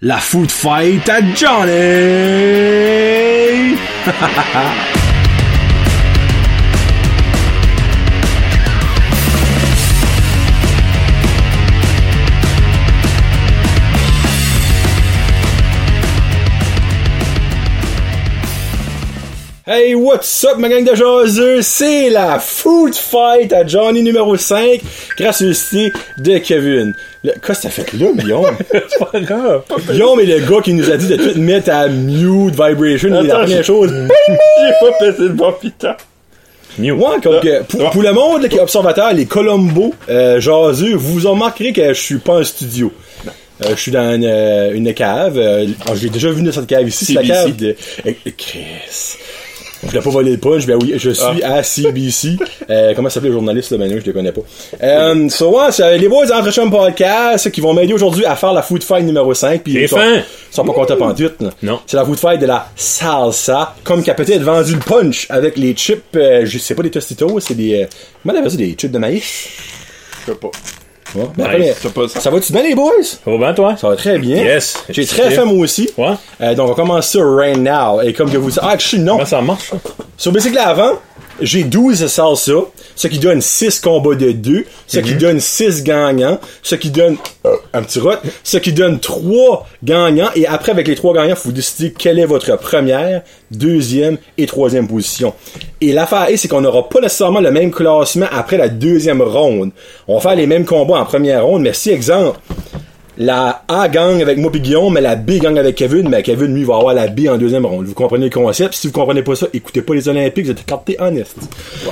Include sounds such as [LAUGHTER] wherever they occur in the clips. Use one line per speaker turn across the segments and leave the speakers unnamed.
la food fight à Johnny! Hey, what's up, ma gang de jaseux? C'est la Food Fight à Johnny numéro 5, gracieuseté de Kevin. Le- Qu'est-ce que t'as fait là, Guillaume?
[LAUGHS] C'est pas grave.
Guillaume est le gars qui nous a dit de tout mettre à mute vibration, et la
Attends,
première
je-
chose.
J'ai pas pété le bon piton.
Ouais,
Euh,
comme que, pour, pour le monde là, qui est observateur, les Colombo, euh, jaseux, vous en manquerez que je suis pas un studio. Euh, je suis dans une, euh, une cave. euh, oh, je l'ai déjà vu dans cette cave ici. C'est la
CBC.
cave de. eh, eh, Chris. Je voulais pas voler le punch. Ben oui, je suis
Ah.
à CBC. Euh, comment s'appelait le journaliste le manu Je le connais pas. Euh, so, ouais, c'est les boys entre chum podcast qui vont m'aider aujourd'hui à faire la food fight numéro 5. Puis
J'ai
ils sont,
faim.
ils sont pas contents pantoute. là.
Non.
C'est la food fight de la salsa. Comme qu'à peut-être vendu le punch avec les chips. euh, je sais pas des tostitos, c'est des. euh, comment on appelle ça des chips de maïs
Je sais pas.
Ouais, ben,
Nice.
après,
C'est pas ça.
Ça va-tu bien les boys
Ça va bien, toi?
ça va très bien.
Yes.
J'ai très faim moi aussi.
Ouais.
Euh, donc on commence ça right now. Et comme je vous dis, ah, je suis non.
Comment ça marche, ça?
Sur Bicycle avant, j'ai 12 salsa, ce qui donne 6 combats de 2, ce qui donne 6 gagnants, ce qui donne euh, un petit rot, ce qui donne 3 gagnants. Et après, avec les 3 gagnants, faut vous décidez quelle est votre première, deuxième et troisième position. Et l'affaire est, c'est qu'on n'aura pas nécessairement le même classement après la deuxième ronde. On va faire les mêmes combats en première ronde, mais si, exemple, la A gang avec moi pis Guillaume, mais la B gang avec Kevin, mais Kevin, lui, va avoir la B en deuxième ronde. Vous comprenez le concept? Si vous comprenez pas ça, écoutez pas les Olympiques, vous êtes carté honest.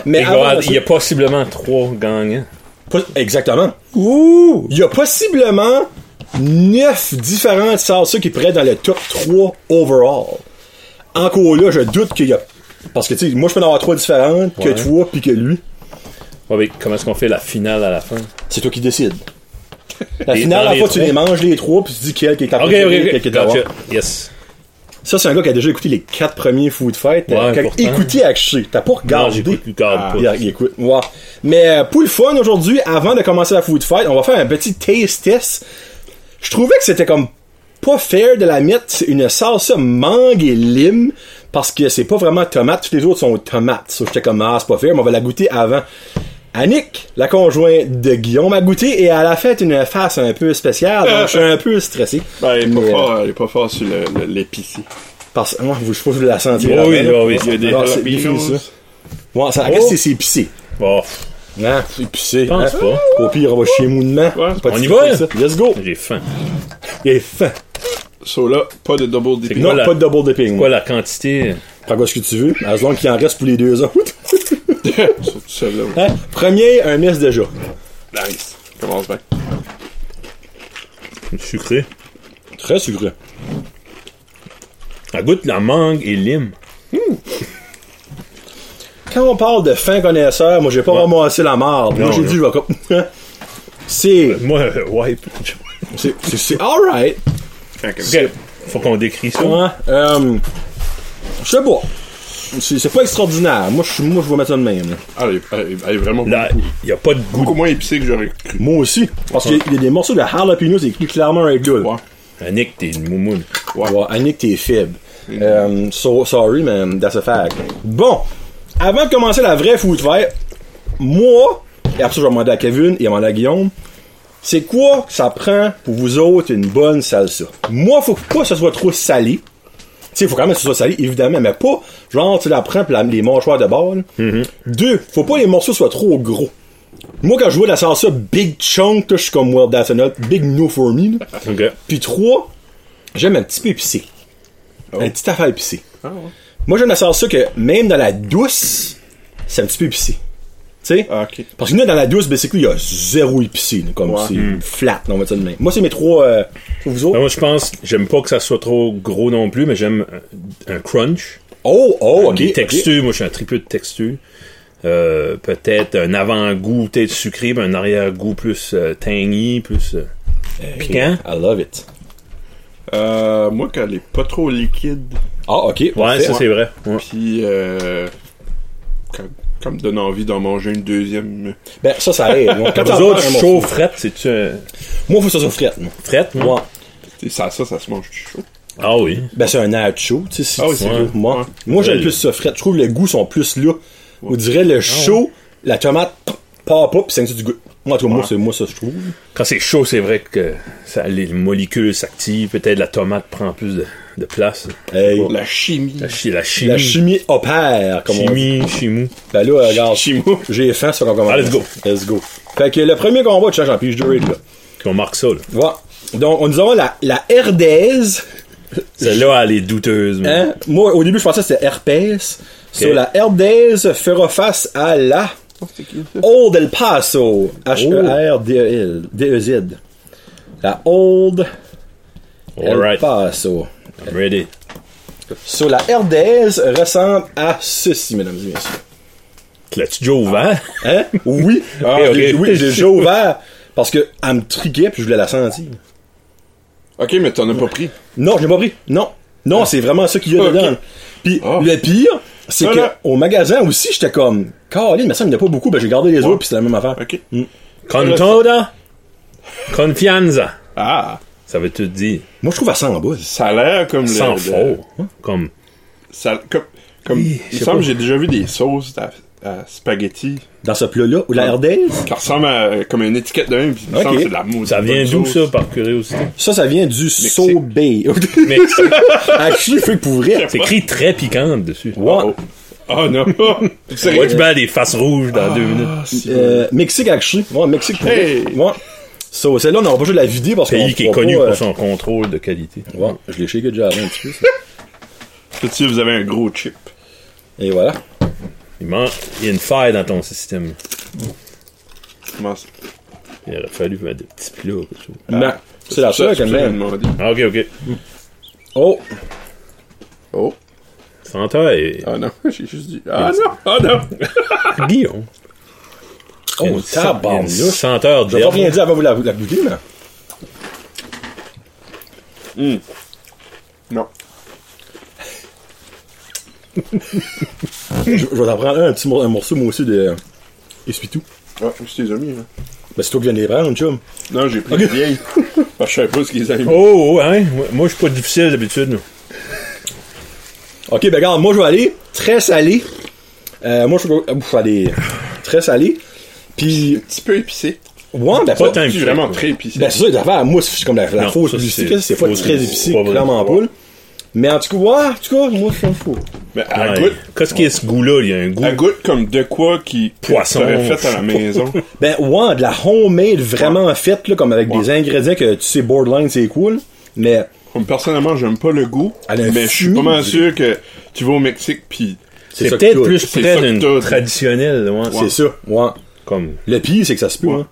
Mais
Il va y avoir-
avant ça-
il y a possiblement trois gagnants.
pas- Exactement. Ouh! Il y a possiblement neuf différentes salsas qui pourraient être dans le top 3 overall. Encore là, je doute qu'il y a... Parce que, tu sais, moi, je peux en avoir trois différentes,
Ouais.
que toi, puis que lui.
Ouais, mais comment est-ce qu'on fait la finale à la fin?
C'est toi qui décides. La
Et
finale,
dans
la
les
fois, tu
trois.
les manges, les trois, puis tu dis quel qui est ta
Ok,
préférée,
ok,
quel qui
ok.
est ta
Gotcha. Yes.
Ça, c'est un gars qui a déjà écouté les quatre premiers Food Fight.
Ouais,
Euh, qui a
pourtant.
écouté Action. T'as pas
Non,
regardé.
j'écoute plus
Ah,
tard.
il, il écoute. Ouais. Mais euh, pour le fun, aujourd'hui, avant de commencer la Food Fight, on va faire un petit taste test. Je trouvais que c'était comme pas fair de la mettre une salsa mangue et lime parce que c'est pas vraiment tomate. Toutes les autres sont tomates. Ça, j'étais comme, ah, c'est pas fair, mais on va la goûter avant. Annick, la conjointe de Guillaume, a goûté et elle a fait une face un peu spéciale, donc je suis un peu stressé.
Ben, il est pas
Mais, euh,
fort, euh, il est pas fort sur le- le- l'épicier.
parce que moi, je sais pas si vous la sentiez.
Oui,
là,
oui,
mais-
oui,
Il y a des
Ah, c'est
jalapenos.
bien, ça. Ouais, ça, la question, c'est c'est épicé.
Bon,
Hein, c'est épicé.
pense
hein.
pas.
Au pire, on va chier moulement.
Ouais.
Pas de
On y
soucis
va,
avec ça. Let's go.
j'ai faim.
Il est fin.
So là, pas de double dipping.
C'est
Non,
quoi la-
pas de double dipping.
Quoi, la quantité? euh,
Prends quoi ce que tu veux. As long qu'il en reste pour les deux autres.
Surtout celle-là. ouais.
Hein? Premier, un miss déjà.
Nice. Commence bien.
Sucré.
Très sucré.
Ça goûte la mangue et lime.
Quand on parle de fin connaisseur, moi, j'ai pas ramassé la marde. Moi,
Non,
j'ai
non.
dit, je vais comme- [LAUGHS] C'est.
Moi, euh, ouais.
C'est. c'est- C'est. Alright.
Ok, Faut qu'on décrit ça.
Ouais, euh, je sais pas. C'est c'est pas extraordinaire. Moi, je suis- moi, je vais mettre ça de même. là.
Ah, il est, ah, il est- ah, il est vraiment
Là, il n'y a pas de goût.
beaucoup moins épicé que j'aurais cru.
Moi aussi. Parce qu'il y a- il y a des morceaux de jalapeno, c'est écrit clairement Red Bull.
Ouais.
Annick, t'es une moumoune.
Ouais. Annick, t'es faible. Euh, so- sorry, man, that's a fact. Bon, avant de commencer la vraie food fight, moi, et après ça, je vais demander à Kevin et demander à Guillaume, c'est quoi que ça prend pour vous autres une bonne salsa? Moi, faut pas que ce soit trop salé. Tu sais, faut quand même que ce soit salé, évidemment, mais pas genre tu la prends pis la- les mâchoires de bord. là. Deux, faut pas que les morceaux soient trop gros. Moi, quand je vois de la salsa Big Chunk, là, je suis comme Well, that's enough. Big no for me. là.
Ok.
Puis trois, j'aime un petit peu épicé.
Oh.
Un petit affaire épicé.
Ah,
Moi, j'aime la salsa que même dans la douce, c'est un petit peu épicé. Tu sais?
Ah, ok.
Parce que nous, dans la douce, basically, il y a zéro épicé. là, Comme
Ouais.
c'est
Hmm.
flat, on va dire de même. Moi, c'est mes trois. euh, pour vous autres?
Ben, moi, je pense, j'aime pas que ça soit trop gros non plus, mais j'aime euh, un, un crunch.
Oh, oh, ok.
Ah, Des
ok.
textures, moi, je suis un triple de texture. peut-être un avant-goût, peut-être sucré, mais un arrière-goût plus euh, tangy, plus. euh, piquant.
I love it.
Euh, moi, quand elle est pas trop liquide,
Ah, ok.
Ouais,
parfait.
ça, c'est vrai. Ouais.
puis euh, quand, quand me donne envie d'en manger une deuxième.
Ben,
[LAUGHS]
ça, ça aide. Donc, Quand
Vous
t'en
autres,
prends un
chaud,
morceau-
frette, c'est-tu un.
Moi, faut que ça soit frais. moi.
Frette, moi?
Ouais.
T'sais, Ça, ça, ça se mange du chaud.
Ah oui.
Ben, c'est un nacho, tu sais, si
Ah oui,
tu
c'est
veux.
vrai.
Moi,
Ouais.
moi j'aime
Ouais.
plus ça frais. Je trouve le goût sont plus là. On dirait le chaud, la tomate pff, part pas, pis c'est du goût. Moi, en tout cas, moi,
Ouais.
c'est moi, ça, je trouve.
Quand c'est chaud, c'est vrai que ça, les molécules s'activent. Peut-être la tomate prend plus de, de place.
Hey,
La chimie.
La, chi- la chimie.
la chimie opère, comme on dit.
Chimie, chimou.
Ben là, regarde,
Chimou.
j'ai faim, ça qu'on commence.
Ah, let's go.
Let's go. Fait que le premier combat, tu changes en pige de raid, là.
On marque ça, là.
Voilà. Donc, on nous avons la, la herdaise.
Celle-là, elle est douteuse. mais-
Hein? Moi, au début, je pensais que c'était herpès. So,
Ok.
la herdaise fera face à la
C'est qui, ça?
Old El Paso. E H-E-R-D-E-L. D-E-Z. E La Old El
Alright.
Paso.
I'm ready.
So, la herdaise ressemble à ceci, mesdames et messieurs.
L'as-tu déjà ouvert?
Hein? Oui. Ah,
Ok,
je l'ai-
ok.
Oui, je l'ai déjà ouvert. Parce que elle me triguait puis je voulais la sentir.
Ok, mais t'en as pas pris.
Non, je l'ai pas pris. Ah. Non. Non, c'est vraiment ça qu'il y a
Ok.
dedans. Puis
Ah.
le pire, c'est
Ah,
que
là.
au magasin aussi, j'étais comme Caroline, mais ça, il n'y en a pas beaucoup. Ben, j'ai gardé les autres, puis c'est la même affaire.
Ok.
Contoda? Confianza.
Ah,
Ça veut tout dire.
Moi, je trouve à 100 en bas.
ça a l'air comme le-
Sans
le-
faux. hein, Comme.
Ça, comme, comme,
Hi, je
il
sais
me semble
pas.
que j'ai déjà vu des sauces à, à spaghetti
Dans ce plat-là, ou la herdaise,
qui ressemblent à euh, comme une étiquette de même. Puis il me
Ok.
semble que c'est de la mousse.
Ça vient d'où, ça, par curiosité?
ça, ça vient du Sobey. [LAUGHS]
Mais
Actually, fait pour vrai.
c'est écrit très piquant dessus.
Ouais.
Oh,
[LAUGHS]
oh non! Sérieux?
Watch bad des faces rouges dans deux minutes.
Ah, si.
Euh, Mexique, actually. Ouais, Mexique pour
Hey.
vrai. Ouais. So, celle-là, on n'aura pas joué la vidéo parce qu'on
Pays qui est
pourra
connu
pas, euh,
pour son contrôle de qualité.
Ouais, je l'ai shaké déjà avant un petit peu. ça.
Petit, vous avez un gros chip.
Et voilà.
Il manque. Il y a une faille dans ton système.
Comment ça?
Il aurait fallu mettre des petits plats ou quelque chose.
Non. C'est la seule
que
quand
je voulais
même.
demander.
Ah, ok, ok.
Oh,
Oh,
Santa et
ah non, [LAUGHS] j'ai juste dit. Ah non, ah non!
Guillaume. Il y a
oh,
une sen- il y a une
tabarnouche. Je
senteur
vais pas
d'herbe.
rien dire avant vous la, la goûter, mais.
Non.
Je, je vais t'en prendre un, un petit mor- un morceau, moi aussi, de. Essuie-tout.
Ah, je t'ai mis, là.
Ben, c'est toi qui viens de les prendre, chum.
Non, j'ai pris les vieilles. Parce que je savais pas ce qu'ils avaient mis.
Oh, oh, hein? Moi- Moi, je suis pas difficile d'habitude. nous.
Ok, ben, regarde, moi, je vais aller très salé. Euh, moi, je vais euh, je vais aller très salé. Puis,
Un petit peu épicé.
ouais, ben,
Pas
pas.
tant
C'est
épicé.
vraiment très épicé.
Ben, c'est ça, les affaires. Moi, c'est comme la, la
Non,
fausse
ça,
musique,
c'est-
c'est pas
fausse
très
musique,
épicé,
pas vrai.
clairement
Ouais.
pas. là. Mais en tout cas, ouais, en tout cas, moi, je suis fou.
Mais à
Ouais.
goûte,
Qu'est-ce qu'il y a ce goût-là? Il y a un goût.
à goûte comme de quoi qui que
Poisson.
t'aurais fait à la maison.
Ben, ouais, de la homemade vraiment faite, là, comme avec des ingrédients que tu sais, borderline, c'est cool. Mais,
Comme personnellement, j'aime pas le goût,
Elle a
mais je suis
fumé,
pas mal
je
sûr que tu vas au Mexique puis
ça
C'est
que
peut-être
t'as.
plus
C'est
près
ça que
d'une
t'as.
traditionnelle. ouais.
c'est ça, ouais.
Comme.
Le pire, c'est que ça se peut,
Ouais.
hein.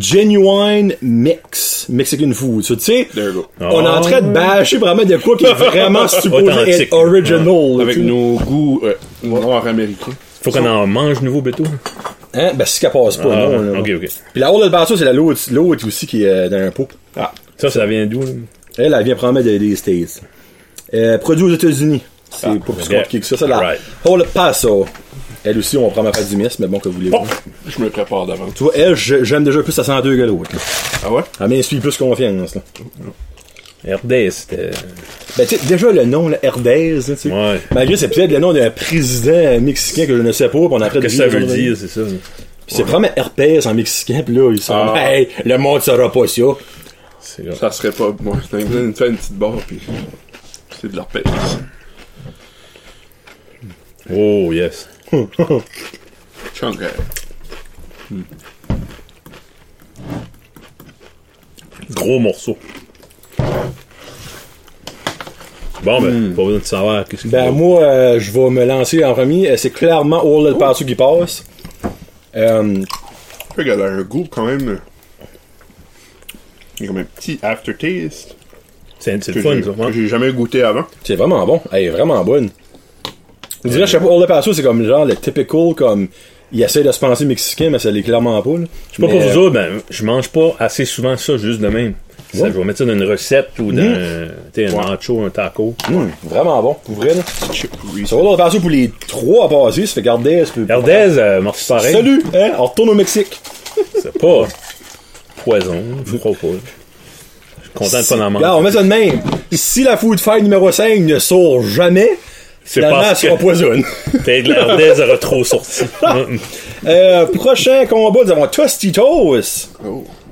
Genuine Mix. Mexican Food. Ça, Tu sais,
there you go.
on est en train de bâcher vraiment de quoi qui est
[LAUGHS]
vraiment supposé
Authentique,
être original. là,
Avec
tu sais.
nos goûts euh, noirs américains.
Faut qu'on en mange nouveau, Beto.
Hein? Ben, si qu'elle passe pas,
Ah,
non, là.
ok, ok.
Puis la horde de Basso, c'est la l'autre l'autre aussi qui est euh, dans un pot.
Ah,
Ça, ça vient d'où, là?
Elle, elle vient probablement des, des States. Euh, produit aux États-Unis. C'est pas plus
ok.
compliqué que ça. Ça, la
Ah, Right.
Hall of Paso. Elle aussi, on prend ma face du miss, mais bon, que voulez-vous.
Oh.
je me prépare d'avance.
Tu vois, elle, je- j'aime déjà plus sa 102 que l'autre. là.
Ah ouais?
Elle m'inspire plus confiance. Là.
RDS, c'était.
Ben, tu sais, déjà le nom, là, Herdez, là, tu sais.
Ouais.
Malgré, c'est peut-être le nom d'un président mexicain que je ne sais pas, qu'on après
Qu'est-ce que ça veut dire, c'est ça?
C'est vraiment herpès en mexicain, pis là, ils sont,
Ah.
hey, le monde saura pas ça.
C'est là.
Ça serait pas moi. Je t'invite une faire une petite barre puis c'est de leur pêche.
Oh, yes.
Chunk. euh,
Gros morceau. Bon, ben, pas besoin de savoir qu'est-ce que
Ben, moi, euh, je vais me lancer en premier. Euh, C'est clairement All El Paso qui passe. Euh,
Je trouve qu'elle a un goût quand même. euh, Comme un petit aftertaste
C'est c'est
que
le fun,
j'ai-
ça. hein?
que
ouais.
j'ai jamais goûté avant.
c'est vraiment bon. Elle est vraiment bonne. Je dirais, je sais pas, All El Paso, c'est comme genre le typical, comme, il essaie de se penser mexicain, mais ça l'est clairement pas, là.
Je sais pas
Mais, euh,
pour vous autres, ben, je mange pas assez souvent ça, juste de même. Ça,
Ouais.
je vais mettre ça dans une recette ou dans t'sais, un
Ouais.
nacho, un taco.
euh, hum, vraiment bon, pour vrai, là.
Chip
Ça va All El Paso pour les trois à passer, ça fait garder, ça peut-
Herdez, euh, morceau pareil.
Salut, hein, on retourne au Mexique.
C'est pas poison, je crois pas. Content de pas en
Là, on
manquer.
met ça de même. Si la food fight numéro 5 ne sort jamais,
C'est
la
parce
masse
que-
empoisonne.
Peut-être l'Ardaise aura trop sorti. Mm.
Euh, prochain combat, nous avons Tostitos.
Oh.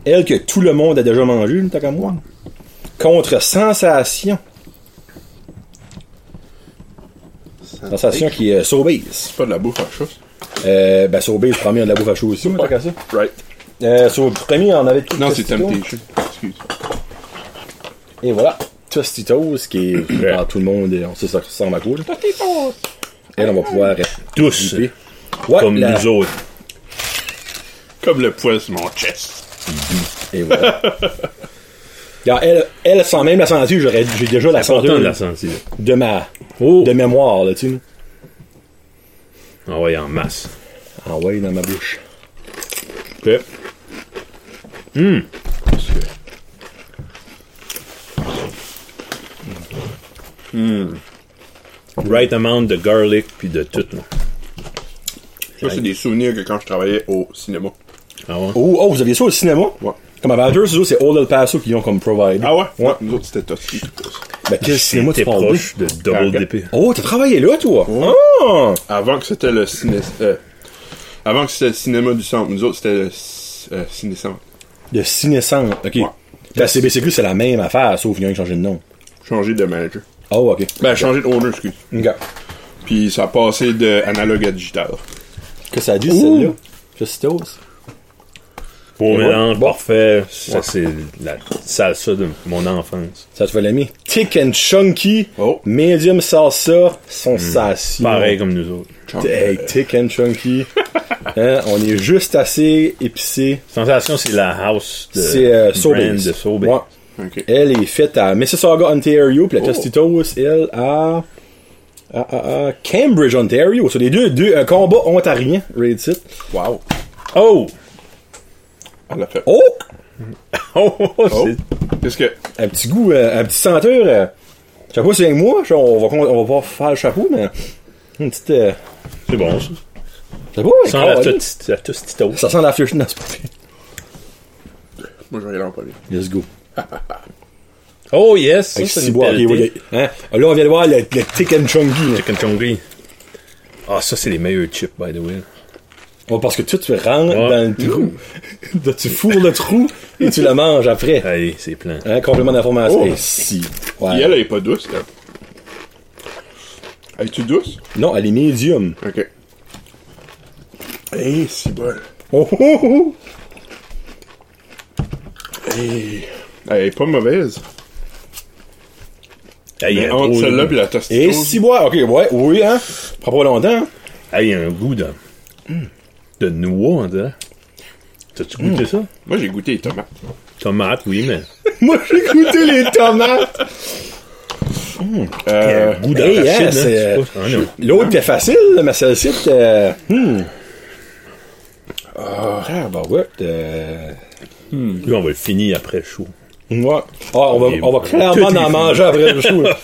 Elle que tout le monde a déjà mangé, une comme moi. Contre Sensation. Sensation qui est Sobeys.
C'est pas de la bouffe à chat.
Euh, ben Sobeys, premier de la bouffe à chaud aussi, mais tant qu'à ça.
Right.
Euh, sur le premier, on avait tout
Non, c'est
Tostitos.
Temptation. Excuse.
Et voilà. Tostitos, qui est [COUGHS] dans tout le monde, on sait ça ressemble à quoi. là. Elle, on va pouvoir euh,
Tous.
goûter. Ouais,
Comme
Ah, la-
nous autres.
Comme le poil sur mon chest.
Et voilà. [LAUGHS] Regarde, elle, elle, sans même la sentir, j'aurais- j'ai déjà la
Content
senteur
de la sentir.
de ma
Oh.
de mémoire, là, tu sais.
Ah ouais, en masse.
Ah ouais, dans ma bouche.
Ok. Hmm.
Hmm.
Right amount de garlic puis de tout. là.
Ça, c'est des souvenirs que quand je travaillais au cinéma.
Ah ouais?
Oh, oh, vous aviez ça au cinéma?
Ouais.
Comme à Badgers, c'est sûr, c'est Old El Paso qui l'ont comme provide.
Ah ouais?
Ouais.
Nous autres, c'était toxique.
Ben, quel cinéma tu
ah, T'es
parles?
proche de double
Ah,
DP.
Oh, t'as travaillé là, toi? Ah!
Avant que c'était le ciné... euh, avant que c'était le cinéma du centre. Nous autres, c'était le c- euh, ciné-centre.
De Ciné-Centre. OK.
Ouais.
La CBCQ, c'est la même affaire, sauf qu'il y a un qui a changé de nom.
Changer de manager.
Oh, OK.
Mm.
Ben, changer de owner, excuse.
OK.
Puis ça a passé de analogue à digital.
Que ça a dit, celle-là? Tostitos.
Au
Ouais.
mélange
Bon.
parfait. Ça, c'est la salsa de mon enfance.
Ça te fait l'ami. Thick and chunky.
Oh.
Medium salsa. Sensation.
Mm. Pareil comme nous autres.
Hey,
euh,
thick and
[LAUGHS]
chunky. Hein, on est juste assez épicé.
Sensation, c'est la house de
C'est euh,
brand
Sobeys.
de Sobeys.
Ouais.
Ok.
Elle est faite à Mississauga, Ontario, puis la
Oh.
Tostitos, elle, à, à, à- à Cambridge, Ontario. C'est les deux, deux euh, un combat ontarien, raid site.
Wow.
Oh!
Elle l'a fait.
Oh!
Oh!
Oh.
c'est-
Qu'est-ce que.
Un petit goût, euh, un petit senteur. euh, je sais pas si c'est avec moi, je- on va, con- on va pas faire le chapeau, mais une petite... euh,
C'est bon, ça.
je sais pas,
Sans
un
la,
câlin.
tosti- la tostito.
Ça sent la flèche. Non, c'est pas vrai.
Moi, je vais y aller en premier.
Let's go.
Oh yes! Ça,
Avec
c'est
six
une
bois, ok,
pelletée.
ouais, hein. Là, on vient de voir le, le thick and chunky. hein. là.
Chicken chongri. Ah, ça, c'est les meilleurs chips, by the way.
Ouais, parce que toi, tu rentres
Ouais.
dans le [LAUGHS] trou. Là, tu fourres le trou et tu le manges après.
Allez, c'est plein.
Hein, complément d'information.
Oh.
Eh, si. Ouais.
Et elle, elle est pas douce, elle. Elle est-tu douce?
Non, elle est médium.
Ok. Eh, si bon.
Oh, oh, oh.
Eh. Elle est pas mauvaise.
Hey, il y
Mais
a un
entre
gros-
celle-là et la
Et
tostitos.
si bois. Ok, ouais, oui, hein. Ça Prend pas longtemps.
Hey, il y a un goût de. de noix, on dirait. T'as-tu
Mm.
goûté ça?
Moi, j'ai goûté les tomates.
Tomate, oui, mais.
[LAUGHS] Moi, j'ai goûté les tomates.
Il y a
Euh,
un goût
hey,
d'arachide,
hein,
hein,
c'est-
c'est pas- Ah, non.
L'autre était facile, mais celle-ci était. Hmm. Ah, bah ouais. euh,
Lui, on va le finir après chaud.
Ouais. Ah, on va,
Ok,
on va
bon.
clairement
Tout est
en
fini.
manger après le [LAUGHS] show. là.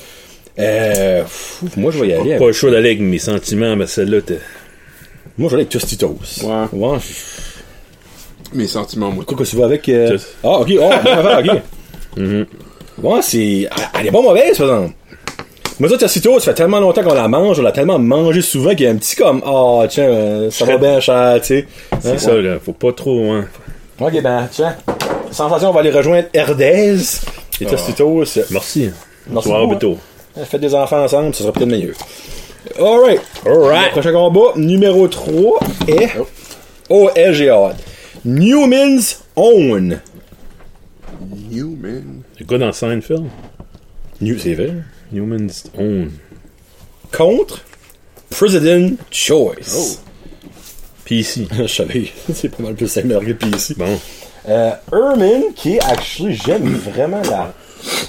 Euh, fou, moi, je vais y aller. hein. avec-
Pas chaud d'aller avec mes sentiments, mais celle-là, t'es.
Moi, je vais aller avec Tostitos.
Ouais.
Ouais. je-
mes sentiments, moi.
Quoi que tu vas avec. euh,
Just-
Ah, ok, ah, bien avant, ok.
Mm-hmm.
Ouais, c'est. Elle est pas mauvaise, par exemple. Moi, ça, Tostitos, ça fait tellement longtemps qu'on la mange, on l'a tellement mangé souvent qu'il y a un petit comme. Ah, tiens, euh, ça va
Fred.
bien cher, tu sais. Hein?
C'est ça, là. Faut pas trop, hein.
Ok, ben, tiens. Sensation, on va aller rejoindre Herdez et
Ah.
Tostitos.
Merci.
Merci
Soir,
beaucoup,
Beto.
hein. Faites des enfants ensemble, ce sera peut-être meilleur. Alright.
Alright.
Le prochain combat, numéro 3 est. Oh, eh, j'ai hâte. Newman's Own.
Newman.
Le gars dans Seinfeld.
New, c'est vrai.
Newman's Own.
contre President Choice.
Puis ici.
[LAUGHS] Je savais, [LAUGHS] c'est pas mal plus simple à regarder ici.
Bon.
Euh, Ermin, qui est actually, j'aime vraiment la.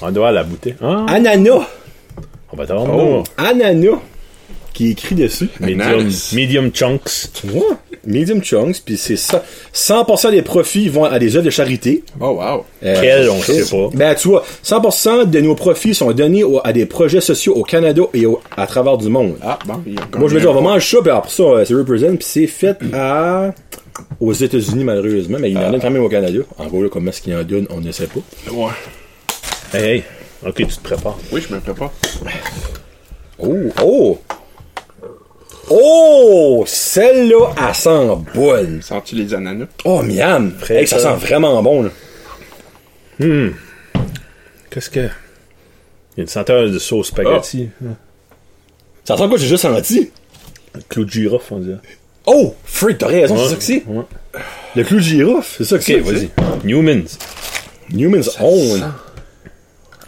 On doit aller à la bouteille. Ah!
Anana.
On va t'avoir.
Oh.
Anana, qui est écrit dessus.
Medium,
Nice.
medium chunks.
Ouais. Medium Chunks, puis c'est ça. 100% des profits vont à des œuvres de charité.
Oh, wow.
Euh,
Quel, on sait pas.
Ben, tu vois, 100% de nos profits sont donnés au- à des projets sociaux au Canada et au- à travers du monde.
Ah, bon. il y a encore
Moi, je veux
un-
dire, on va manger ça, puis après ça, euh, c'est Represent, puis c'est fait à... aux Ah. États-Unis, malheureusement, mais il y en a quand même au Canada. En gros, là, comment est-ce qu'il en donne, on ne sait pas.
Ouais.
Hey, hey. Ok, tu te prépares.
Oui, je me prépare.
Oh, oh! Oh! Celle-là, elle sent bonne.
Sens-tu les ananas?
Oh, miam! Hey, ça sent
ça.
vraiment bon, là.
Qu'est-ce que. Il y a une senteur de sauce spaghetti.
Ah. Ça sent quoi, j'ai juste senti?
Clou de girofle, on dirait.
Oh! Freak, t'as raison, c'est ça que c'est.
Ouais.
Le clou de girofle, c'est ça que c'est.
Ok, vas-y. Newman's.
Newman's Own.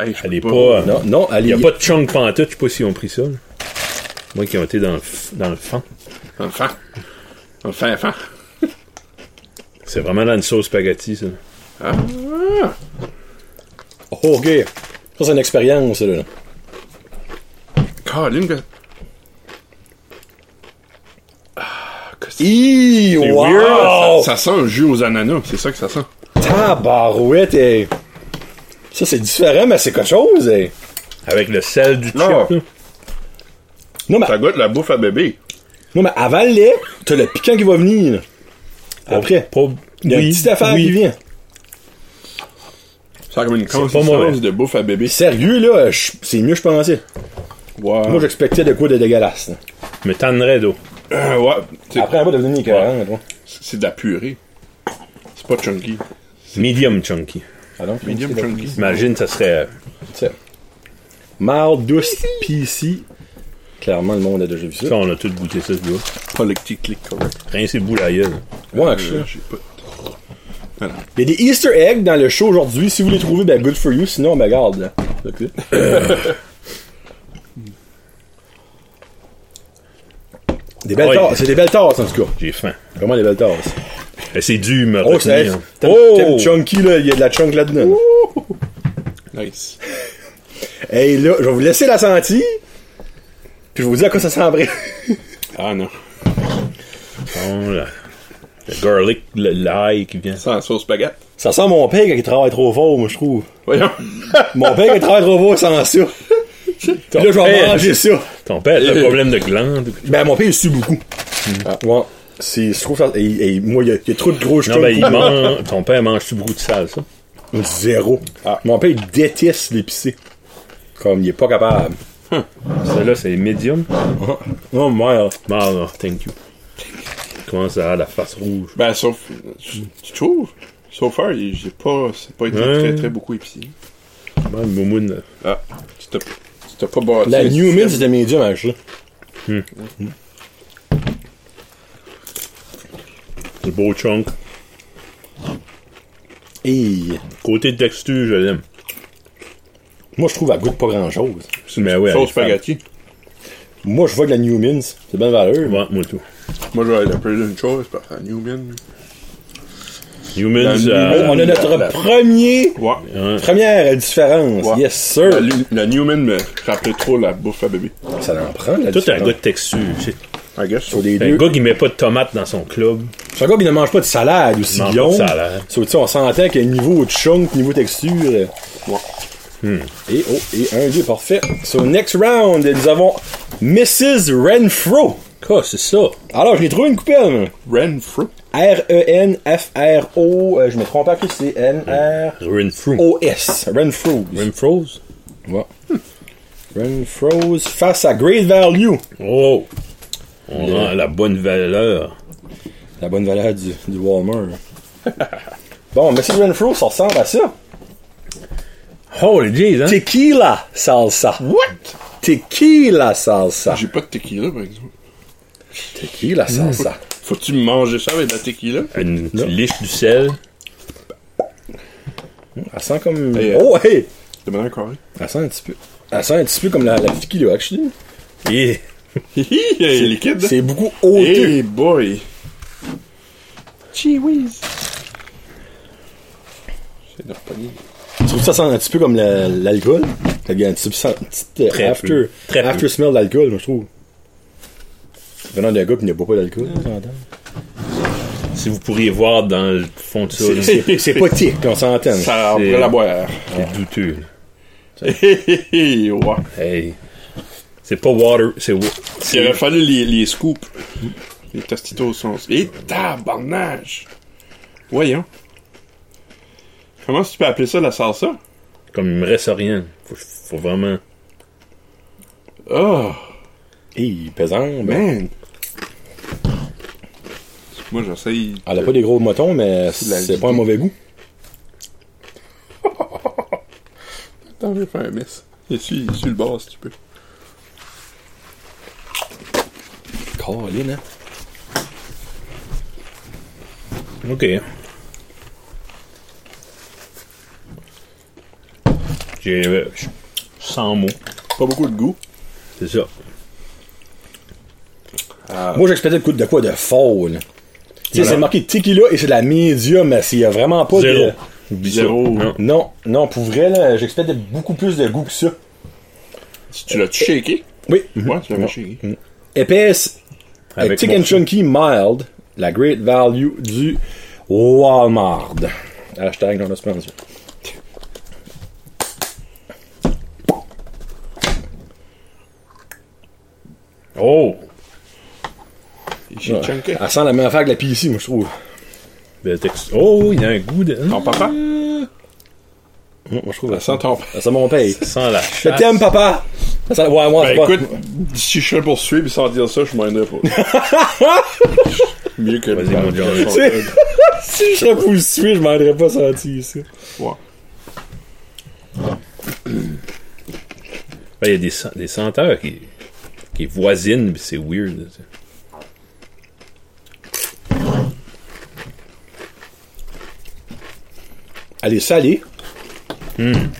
Hey, je
Elle est
peux
pas. euh,
Non, non, elle
Il n'y a
est-
pas de chunk pantoute, je sais pas s'ils ont pris ça. là. Moi qui ont été dans le, f- dans le fond.
Enfin. Enfin, enfin.
C'est vraiment dans une sauce spaghetti, ça.
Ah.
Oh, ok. Ça, c'est une expérience, ça, là.
Caroline, que... Ah, que c'est-
Ih, wow!
Ça sent un jus aux ananas, c'est ça que ça sent.
Tabarouette, hey. Ça, c'est différent, mais c'est quelque chose, eh. hey.
Avec le sel du chip,
Non.
là.
Non, mais,
Ça goûte la bouffe à bébé.
non, mais avale-les, t'as le piquant qui va venir, là. Après,
Pas-
il y a
oui,
une petite affaire
oui.
qui vient.
Ça a comme une
C'est pas
consistance
mauvais.
de bouffe à bébé.
Sérieux, là, je- c'est mieux, que je pensais.
Wow.
Moi, j'expectais de quoi de dégueulasse, là.
Me tannerais d'eau.
Euh, ouais, c'est-
Après, elle va devenir écœurante, là, toi.
c'est de la purée. C'est pas chunky.
Medium chunky.
Ah non,
Medium
c'est-
chunky.
Imagine, ça serait.
c'est- Marde douce PC. Clairement, le monde a déjà vu ça.
Ça, on a tous goûté ça, ce gars.
Pas le petit clic correct.
Rincez-vous la gueule.
Ouais, je-
Euh, j'ai pas. Voilà.
Il y a des Easter eggs dans le show aujourd'hui. Si vous les trouvez, ben good for you. Sinon, ben garde. Là. Ok. Euh. des belles
Ouais.
tasses. C'est des belles tasses en tout cas.
J'ai faim.
Vraiment des belles tasses.
Mais c'est dur, me
Oh, c'est
retenir.
oh!
T'aimes- t'aimes chunk?
chunky là. Il y a de la chunk là-dedans. là.
Nice.
Hey là, je vais vous laisser la sentir. Puis je vous dis à quoi ça sent vrai.
Ah non.
Bon, la- Le garlic, le- l'ail qui vient.
Sans sauce baguette.
[LAUGHS] Ça sent mon père quand il travaille trop fort, moi je trouve.
Voyons.
Mon père quand il travaille trop fort, sent ça. Puis là, je vais
père.
manger ça.
Ton père, le
Euh,
problème de glande. ou-
Ben, mon père, il sue beaucoup.
Ah.
Ouais. C'est, je trouve ça. Et, et moi, il y, a- il y a trop de gros
Hmm. Non, ben,
chunky.
il mange. Ton père mange-tu beaucoup de sale, ça?
Zéro.
Ah.
Mon père, il déteste l'épicé. Comme, il est pas capable.
Celle-là, c'est medium.
Oh, merde.
Ah, non, thank you. Commence à avoir la face rouge.
Ben, sauf. Tu tu trouves? So far, il- j'ai pas. C'est pas été
Ouais.
très très beaucoup épicé.
Ah, le moumoune.
Ah. Tu t'as tu t'as pas bâti.
La
un
Newman,
système.
c'était médium, hein, ça.
Le beau chunk.
Et
Côté texture, je l'aime.
moi, je trouve, elle goûte pas grand chose.
Mais ouais,
Sauce
elle est
spaghetti.
Moi, je vois que la Newman, c'est bonne valeur.
fade. Ouais, moi tout.
Moi, j'aurais la Prison Choice par la Newman.
Humans,
La
euh,
On a notre
La-
premier,
Ouais.
hein,
première différence.
Ouais.
Yes,
La,
Bah,
sir.
Lu- la Newman me rappelait trop la bouffe à bébé.
Ça en prend, la
tout un
différence.
gars de texture. C'est
I guess.
Sur les
un
deux.
gars qui met pas de tomates dans son club.
Chaque gars, il ne mange pas de salade aussi,
Il mange
Guillaume.
pas de salade.
So, tu sais, on s'entend qu'il y a un niveau de chunk, niveau texture. euh, Et oh, et un, deux, parfait. So, next round, nous avons Mrs. Renfro.
Quoi, c'est ça?
Alors, je l'ai trouvé une coupelle. E
Renfro.
R-E-N-F-R-O. euh, je me trompe pas, que c'est N-R-O-S.
Renfrew.
Renfro.
Renfrews?
Ouais. Renfro's face à Great Value.
Oh! On rend la bonne valeur.
La bonne valeur du, du Walmart. bon, Mrs. Renfro, ça ressemble à ça.
Holy jeez, hein?
Tequila salsa. What? Tequila salsa.
J'ai pas de tequila, par exemple.
Tequila salsa.
Faut-tu manger ça avec de la tequila?
Une tu liches du sel.
Elle sent comme.
Hey, euh.
Oh, hey!
C'est bien carré.
Elle sent un petit peu. Elle sent un petit peu comme la, la fiki, là, actually.
Et
[LAUGHS] Hi hi, C'est liquide.
C'est beaucoup ôteux.
hein. Hey boy. Chee whiz. C'est notre panier.
Tu trouves que ça sent un petit peu comme la- l'alcool? Il y a une petite, substance- une petite, euh,
Très peu.
after,
Très peu.
after smell d'alcool, moi, je trouve. Venant d'un gars qui ne boit pas d'alcool.
si vous pourriez voir dans le fond de ça, là, c'est
[LAUGHS] C'est c'est pas tic, on s'entend.
Ça
C'est-
après la boire. [LAUGHS]
douteux. là.
Hi hi hi. Ouais.
Hey. C'est pas water, c'est wa-
Il aurait fallu les, les scoops. Les tostitos sont. Et tabarnage! Voyons. Comment est-ce que tu peux appeler ça la salsa?
Comme il me reste rien. Faut, faut vraiment.
Oh,
Hey, pesant, ben.
man. Moi, j'essaye.
Elle a pas des gros motons, mais
C'est de la
c'est
vie.
pas un mauvais goût.
Attends, je vais faire un mess. Essuie, essuie le bord si tu peux.
Caroline, hein.
Ok. J'ai. euh, j- Sans mots.
Pas beaucoup de goût.
C'est ça.
Ah. Moi, j'expectais le coup de quoi de faux, là. Tu sais,
Voilà.
c'est marqué tequila et c'est de la médium, mais s'il y a vraiment pas
Zéro.
de.
Oublie
Zéro.
ça. Non.
Non, non, pour vrai, là, j'expectais beaucoup plus de goût que ça.
Tu, tu l'as-tu shaké?
Oui.
Ouais, tu l'avais
Ouais.
shaké.
Épaisse, avec
Avec
Thick
mon-
and Chunky Mild, la great value du Walmart. Hashtag non sponsor.
Oh!
J'ai
Ouais.
chunké.
Elle sent la même affaire que la PC, moi, je trouve.
Le texte. Oh, il y a un goût de.
Ton papa?
Moi, je trouve, elle sent,
Sans ton papa.
elle sent mon paye.
Sans la
Je
chasse.
t'aime, papa! Elle sent- Ouais, moi,
Ben
c'est pas-
écoute, si je serais poursuivi sans dire ça, je m'en aiderais [LAUGHS] pas. Mieux que
Vas-y, mon John.
C'est- si [LAUGHS] je vous le suis, je m'en serais pas senti, ça.
Ouais.
Ouais, Ben, Il y a des, sen- des senteurs qui, qui voisinent, pis c'est weird. là, tu sais.
Elle est salée.
Hum.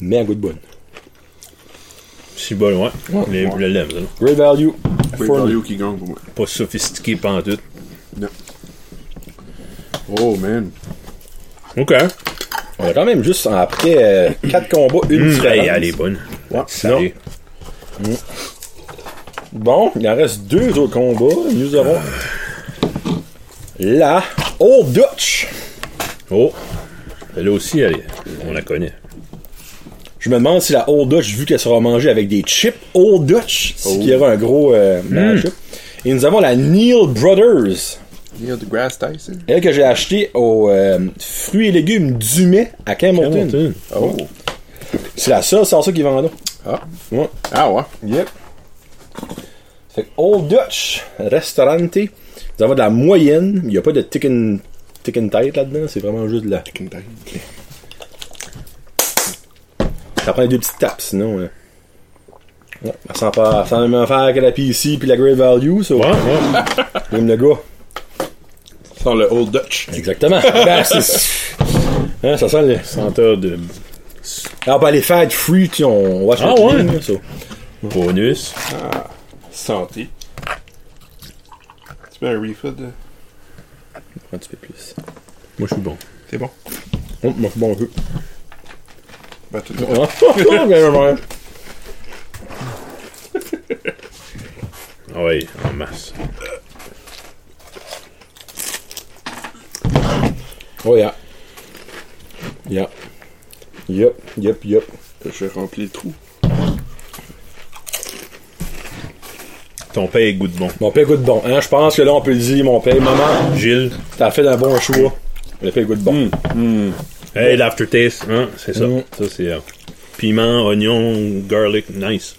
Mais un goût de bonne.
Si bon, ouais.
Ouais.
Mais
Ouais.
je l'aime, ça.
Great value.
Great
for me.
value qui gagne pour moi.
Pas sophistiqué pantoute.
Oh man.
Ok.
On a quand même juste, après 4 combats,
Hum,
une
Mmh,
différence.
hey, elle est bonne.
Ouais.
Salée.
Bon, il en reste deux autres combats. Nous aurons la Old Dutch.
Oh! Elle aussi, elle est... on la connaît.
Je me demande si la Old Dutch, vu qu'elle sera mangée avec des chips Old Dutch, ce
Oh.
qui aura un gros euh,
Hum.
mash-up. Et nous avons la Neil Brothers,
Neil deGrasse Tyson.
elle que j'ai achetée aux euh, fruits et légumes du mai à Camelton.
Hamilton.
Oh.
C'est la seule sans ça qu'ils vendent.
Ah.
Ouais.
Ah ouais.
Yep. Fait que Old Dutch, restaurante. Nous avons de la moyenne. Il n'y a pas de chicken, chicken tête là-dedans. C'est vraiment juste de la. Ça prend deux petites tapes, sinon. Euh... Ouais, elle sent pas. Elle sent la même affaire que la PC puis la Great Value, ça.
Ouais, ouais.
Même le gars.
Sans le Old Dutch.
[LAUGHS]
Exactement. Ben, c'est- Hein, ça sent le.
Senteur de
Ah, ben, les fat free, tu sais, on watch
Ah,
the
ouais.
clean, là, ça.
bonus.
Santé. Tu mets un euh? refill de.
Un petit peu plus.
Moi, je suis bon.
C'est bon.
Hum, moi, je suis bon un peu.
Ben, tout
Ah, ben, ben, ben.
Ah ouais, en masse.
Oh, yeah. Yeah. Yup, yup, yup.
Je remplis le trou.
Ton paye goûte bon.
Mon père goûte bon. Hein, je pense que là, on peut le dire, mon père. Maman,
Gilles,
t'as fait un bon choix. Le père goûte bon.
hey, l'aftertaste, hein, c'est ça.
Mm.
Ça, c'est euh, piment, oignon, garlic, nice.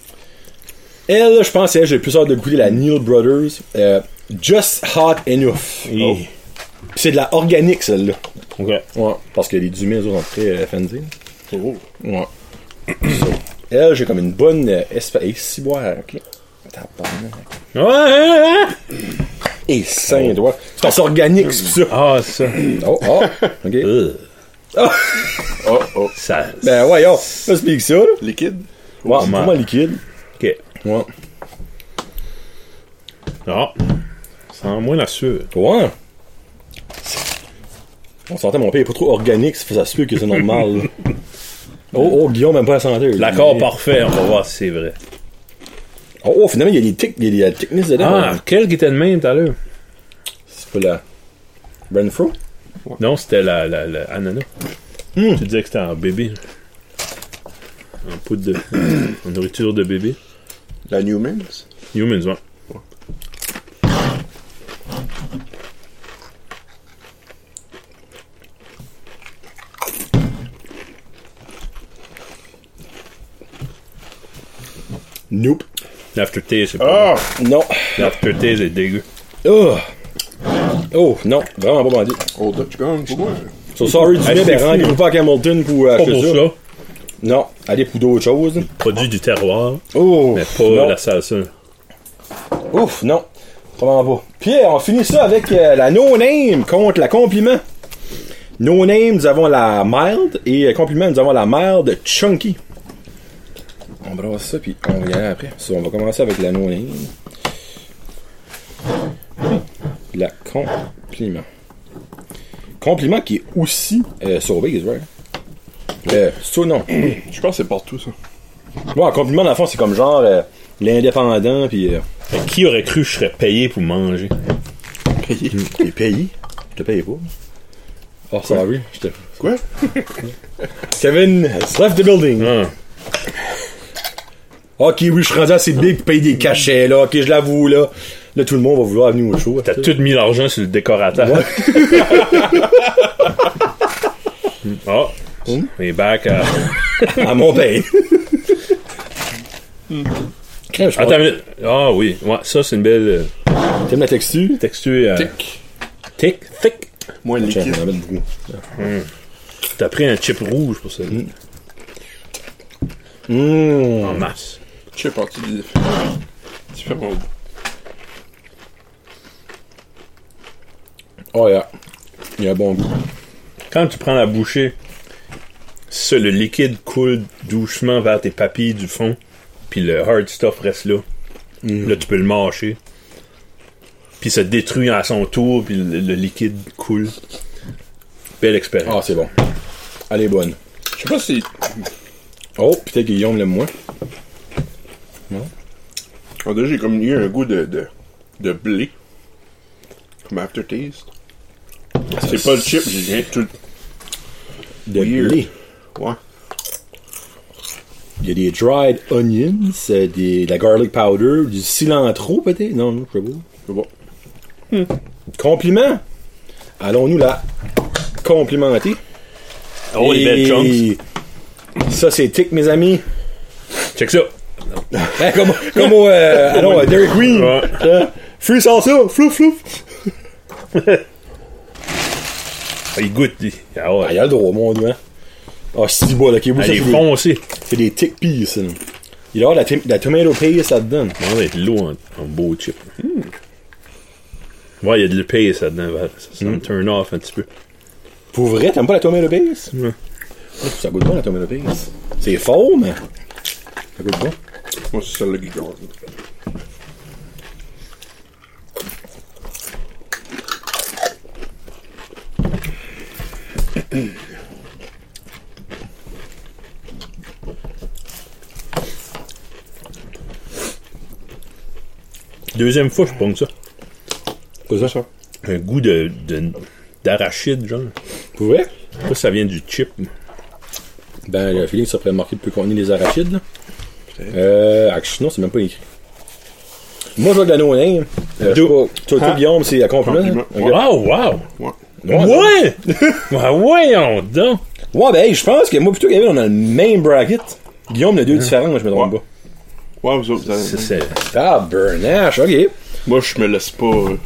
Elle, je pense, c'est elle, j'ai plus hâte de goûter la Neil Brothers. euh, Just Hot Enough. Oh.
Et-
Pis c'est de la organique, celle-là.
Ok.
Ouais. Parce que les dumais, eux autres, sont très euh, fancy.
Oh.
Ouais. So, elle, j'ai comme une bonne euh, espa- Et six boire, ok. Tabarnak.
Ouais, ouais, ouais.
Et cinq doigts. C'est parce que c'est organique, c'est pour ça.
Ah, ça.
Oh, oh. Ok.
Ugh.
Oh oh.
ça.
ben, ouais, yo. Ça explique ça, là. Ouais,
Liquide.
c'est vraiment liquide.
Ok.
Ouais.
Ah. Sans moins la sueur.
Ouais. On sentait mon père est pas trop organique, ça ça se peut que c'est normal. là. [LAUGHS] oh, oh, Guillaume même pas la santé. lui.
L'accord parfait, on va voir si c'est vrai.
Oh, oh, finalement, il y a des tics, il y a des techniques dedans.
Ah, quel qui était de même tout à l'heure?
C'est pas la. Renfro?
Non, c'était la, la, la ananas.
Hmm.
Tu disais que c'était en bébé. En poudre de. en nourriture de bébé.
La Newman's.
Humans, ouais.
Nope.
L'aftertaste, c'est pas
Ah!
bon.
Non.
L'aftertaste est dégueu.
Oh. Oh, non. Vraiment pas bandit.
Oh, Dutch Gum, pour moi.
So sorry du
Ah,
bien,
c'est
ben
fou.
rendez-vous pas à Hamilton pour euh,
Pas
acheter
pour
ça.
ça.
Non. Allez pour d'autres choses.
Produit du terroir,
Oh.
mais pas
non.
la salsa.
Ouf, non. Probablement pas. Puis on finit ça avec euh, la No Name contre la Compliment. No Name, nous avons la Mild et euh, Compliment, nous avons la Mild Chunky. On brasse ça, puis on va y aller après. So, on va commencer avec la No Name. La Compliment. Compliment qui est aussi euh, sauvé, is right? Euh, so, non.
Je pense que c'est partout, ça.
Bon, compliment, dans le fond, c'est comme genre euh, l'indépendant, puis. euh,
Fait que qui aurait cru que je serais payé pour manger?
Payé.
T'es payé? Je te paye pas. Oh, sorry. Je te...
Quoi?
[LAUGHS] Kevin has left the building.
Ah,
Ok, oui, je suis rendu assez big pour payer des cachets, là. Ok, je l'avoue, là. Là, tout le monde va vouloir venir au show.
t'as tout mis l'argent sur le décorateur.
Ouais.
[LAUGHS] Ah, mais back à...
À mon pays. Crème, je pense.
Attends une minute. Ah oui, ouais, ça c'est une belle euh,
T'aimes la texture?
texture. euh,
Tic.
thick, thick.
Moi,
Tiens,
liquide.
on en met beaucoup.
T'as pris un chip rouge pour ça.
Mmh. Hmm.
En masse.
Je sais parti des différents goûts.
Oh, yeah. Il y a un bon goût.
Quand tu prends la bouchée, ça, le liquide coule doucement vers tes papilles du fond, puis le hard stuff reste là. Là, tu peux le mâcher. Puis ça détruit à son tour, puis le, le liquide coule. Belle
Ah,
expérience.
c'est bon. Elle est bonne.
Je sais pas si.
Oh, peut-être que Guillaume l'aime moins.
En deux, j'ai comme eu un goût de, de, de blé. Comme aftertaste. C'est pas le chip, j'ai rien de tout.
De
Weird.
blé.
Ouais.
Il y a des dried onions, euh, des, de la garlic powder, du cilantro peut-être? Non, non, je sais pas.
C'est bon.
Compliment! Allons-nous la complimenter.
Oh, les belles chunks.
Ça, c'est tic, mes amis.
Check ça.
Hein, comme, comme au, euh, allons, euh, Dairy Queen.
Ouais.
Euh, free salsa, flouf, flouf.
[LAUGHS] Ah, Il goûte. il- Ah ouais.
Ah, il y a le droit, mon doigt. Ah, c'est du bol, ok. Oui,
Ah,
ça,
il est
c'est des,
foncé.
c'est des tic peas, ça. là. Il y a de la, tom- de la tomato paste là-dedans.
On va être lourd Ah en, en beau chip. Hmm. Ouais, il y a de l'épaisse là-dedans. Val. Ça, ça
Hmm.
me turn off un petit peu.
Pour vrai, t'aimes pas la tomato paste?
Ouais.
Ça goûte bon, la tomato paste. C'est faux, mais ça goûte bon.
Moi, c'est celle-là qui gagne.
Deuxième fois, je prends ça.
Quoi ça, ça?
Un goût de, de- d'arachide, genre.
Pour vrai?
Je sais pas si ça vient du chip.
Ben, le feeling, ça pourrait marquer depuis qu'on est les arachides. là. Euh, action, non, c'est même pas écrit. Moi, je vois de la no-name. Euh, je sais
Deux.
pas. toi, toi,
Ah.
Guillaume, c'est à compliment.
Compliment.
hein? Ok.
Wow, wow!
Ouais.
Ouais,
Ouais! [LAUGHS] ouais, voyons donc!
Ouais, ben, hey, je pense que moi, plutôt Kevin, on a le même bracket. Guillaume, le deux différents, je me trompe
Ouais. Ouais, vous autres, vous avez-
C'est, c'est-
pas. Ah, Bernache, ok.
Moi, je me laisse pas euh,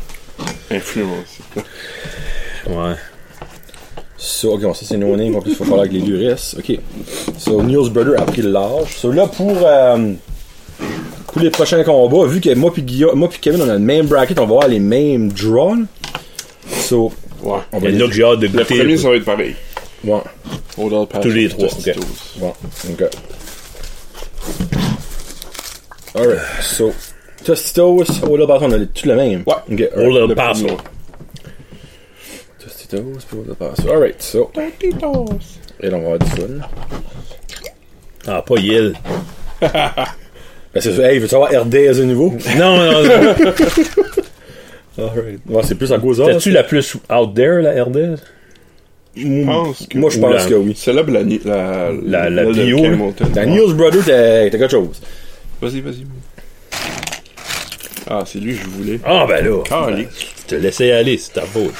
influencer.
Ouais.
So, ok, bon, ça c'est no name, en plus il faut falloir que les deux restent. Ok. So, Niels Brother a pris le large. So, là pour, euh, pour les prochains combats, vu que moi puis Guilla- moi puis Kevin on a le même bracket, on va avoir les mêmes draws. là. So,
Ouais.
on va
Il y
les
en a que j'ai hâte de
Le
goûter.
premier, ça va être pareil.
Ouais,
Odor Patch.
Tous les trois,
Tostitos.
bon, ok. Alright, so, Tostitos, oh là, par contre, on a tout le même.
Ouais.
ok.
Old
alright.
El
Le
Paso.
premier.
Tostitos, pour le passo. Alright, so,
Tostitos.
et là on va avoir du fun.
Ah, pas Yel.
Ben, c'est ça, hey, veux-tu avoir RDS à nouveau?
Non,
[LAUGHS]
non, non.
Alright. Ouais, c'est plus à cause de
T'as-tu la plus out there, la RDS?
Je pense que.
Moi, je
Ou
pense
la-
que oui.
C'est là la, la,
La- la
de
bio, là.
Hamilton.
Dans News euh, Brother, t'as t'as quelque chose.
Vas-y, vas-y. Ah, c'est lui que je voulais.
Ah, ben là.
Ah, allez.
Je te laissais aller, c'est ta faute.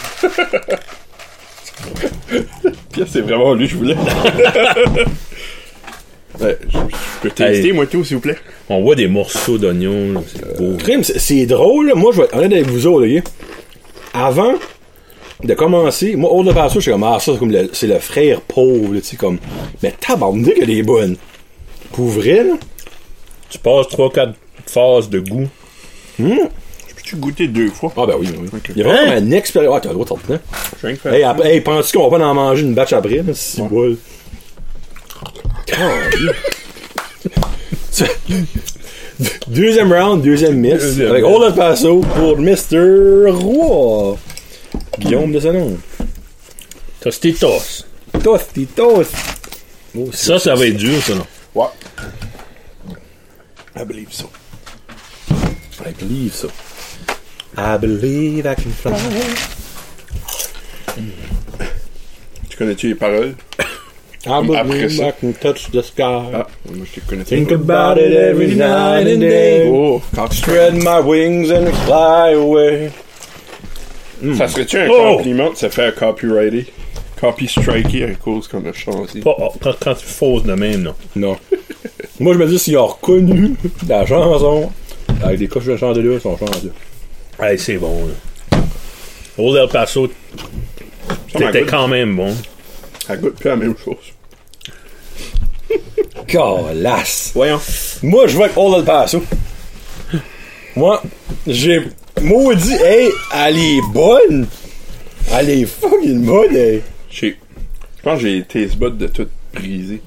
Pierre, c'est vraiment lui que je voulais. Ouais, je, je peux tester,
Hey.
moi, tout, s'il vous plaît.
On voit des morceaux d'oignons, là, c'est beau.
Crime, c'est- c'est drôle. là. Moi, je vais être honnête avec vous autres, ok? Avant de commencer, moi, hors de ça, je suis comme, ah, ça, c'est comme le, c'est le frère pauvre, là, tu sais, comme, mais tabarnak, qu'elle est bonne. Pour vrai, là,
Tu passes 3-4 phases de goût.
Je peux-tu goûter deux fois?
ah, ben oui, oui. oui.
Ok.
Il y a vraiment une expérience. Ah, t'as le droit de t'en tenir.
Je viens de faire
Hey,
ça.
après- hey, penses-tu qu'on va pas en manger une batch après, là, si bol? [LAUGHS] Deuxième round, deuxième miss.
Deuxième
avec
miss.
Hold El Paso pour Mr. Roy. Guillaume de Salon.
Tostitos.
Tostitos.
Ça, ça va être dur, ça, non?
Ouais. I believe so.
I believe so. I believe I can fly.
Tu connais-tu les paroles?
I
Après
believe
ça.
I can touch the sky.
Ah, moi, je les connais
Think
pas.
about it every night and day.
Oh, quand tu
Spread my wings and fly away.
Ça serait-tu un
Oh!
compliment de se faire copyrighter? Copy striker à cause qu'on a changé.
Pas, oh, quand, quand tu fausses de même, non.
Non. Moi, je me dis, s'ils ont reconnu la chanson, avec des couches de chandelier, ils sont chanceux.
Hey, c'est bon, là. Old El Paso,
Ça m'a
t'étais
goût-
quand même bon.
Ça goûte plus la même chose.
Calasse!
Voyons.
Moi, je vais avec Old El Paso. Moi, j'ai maudit, hey, elle est bonne! Elle est fucking bonne, hey!
J'ai- Je pense que j'ai les taste buds de tout brisé.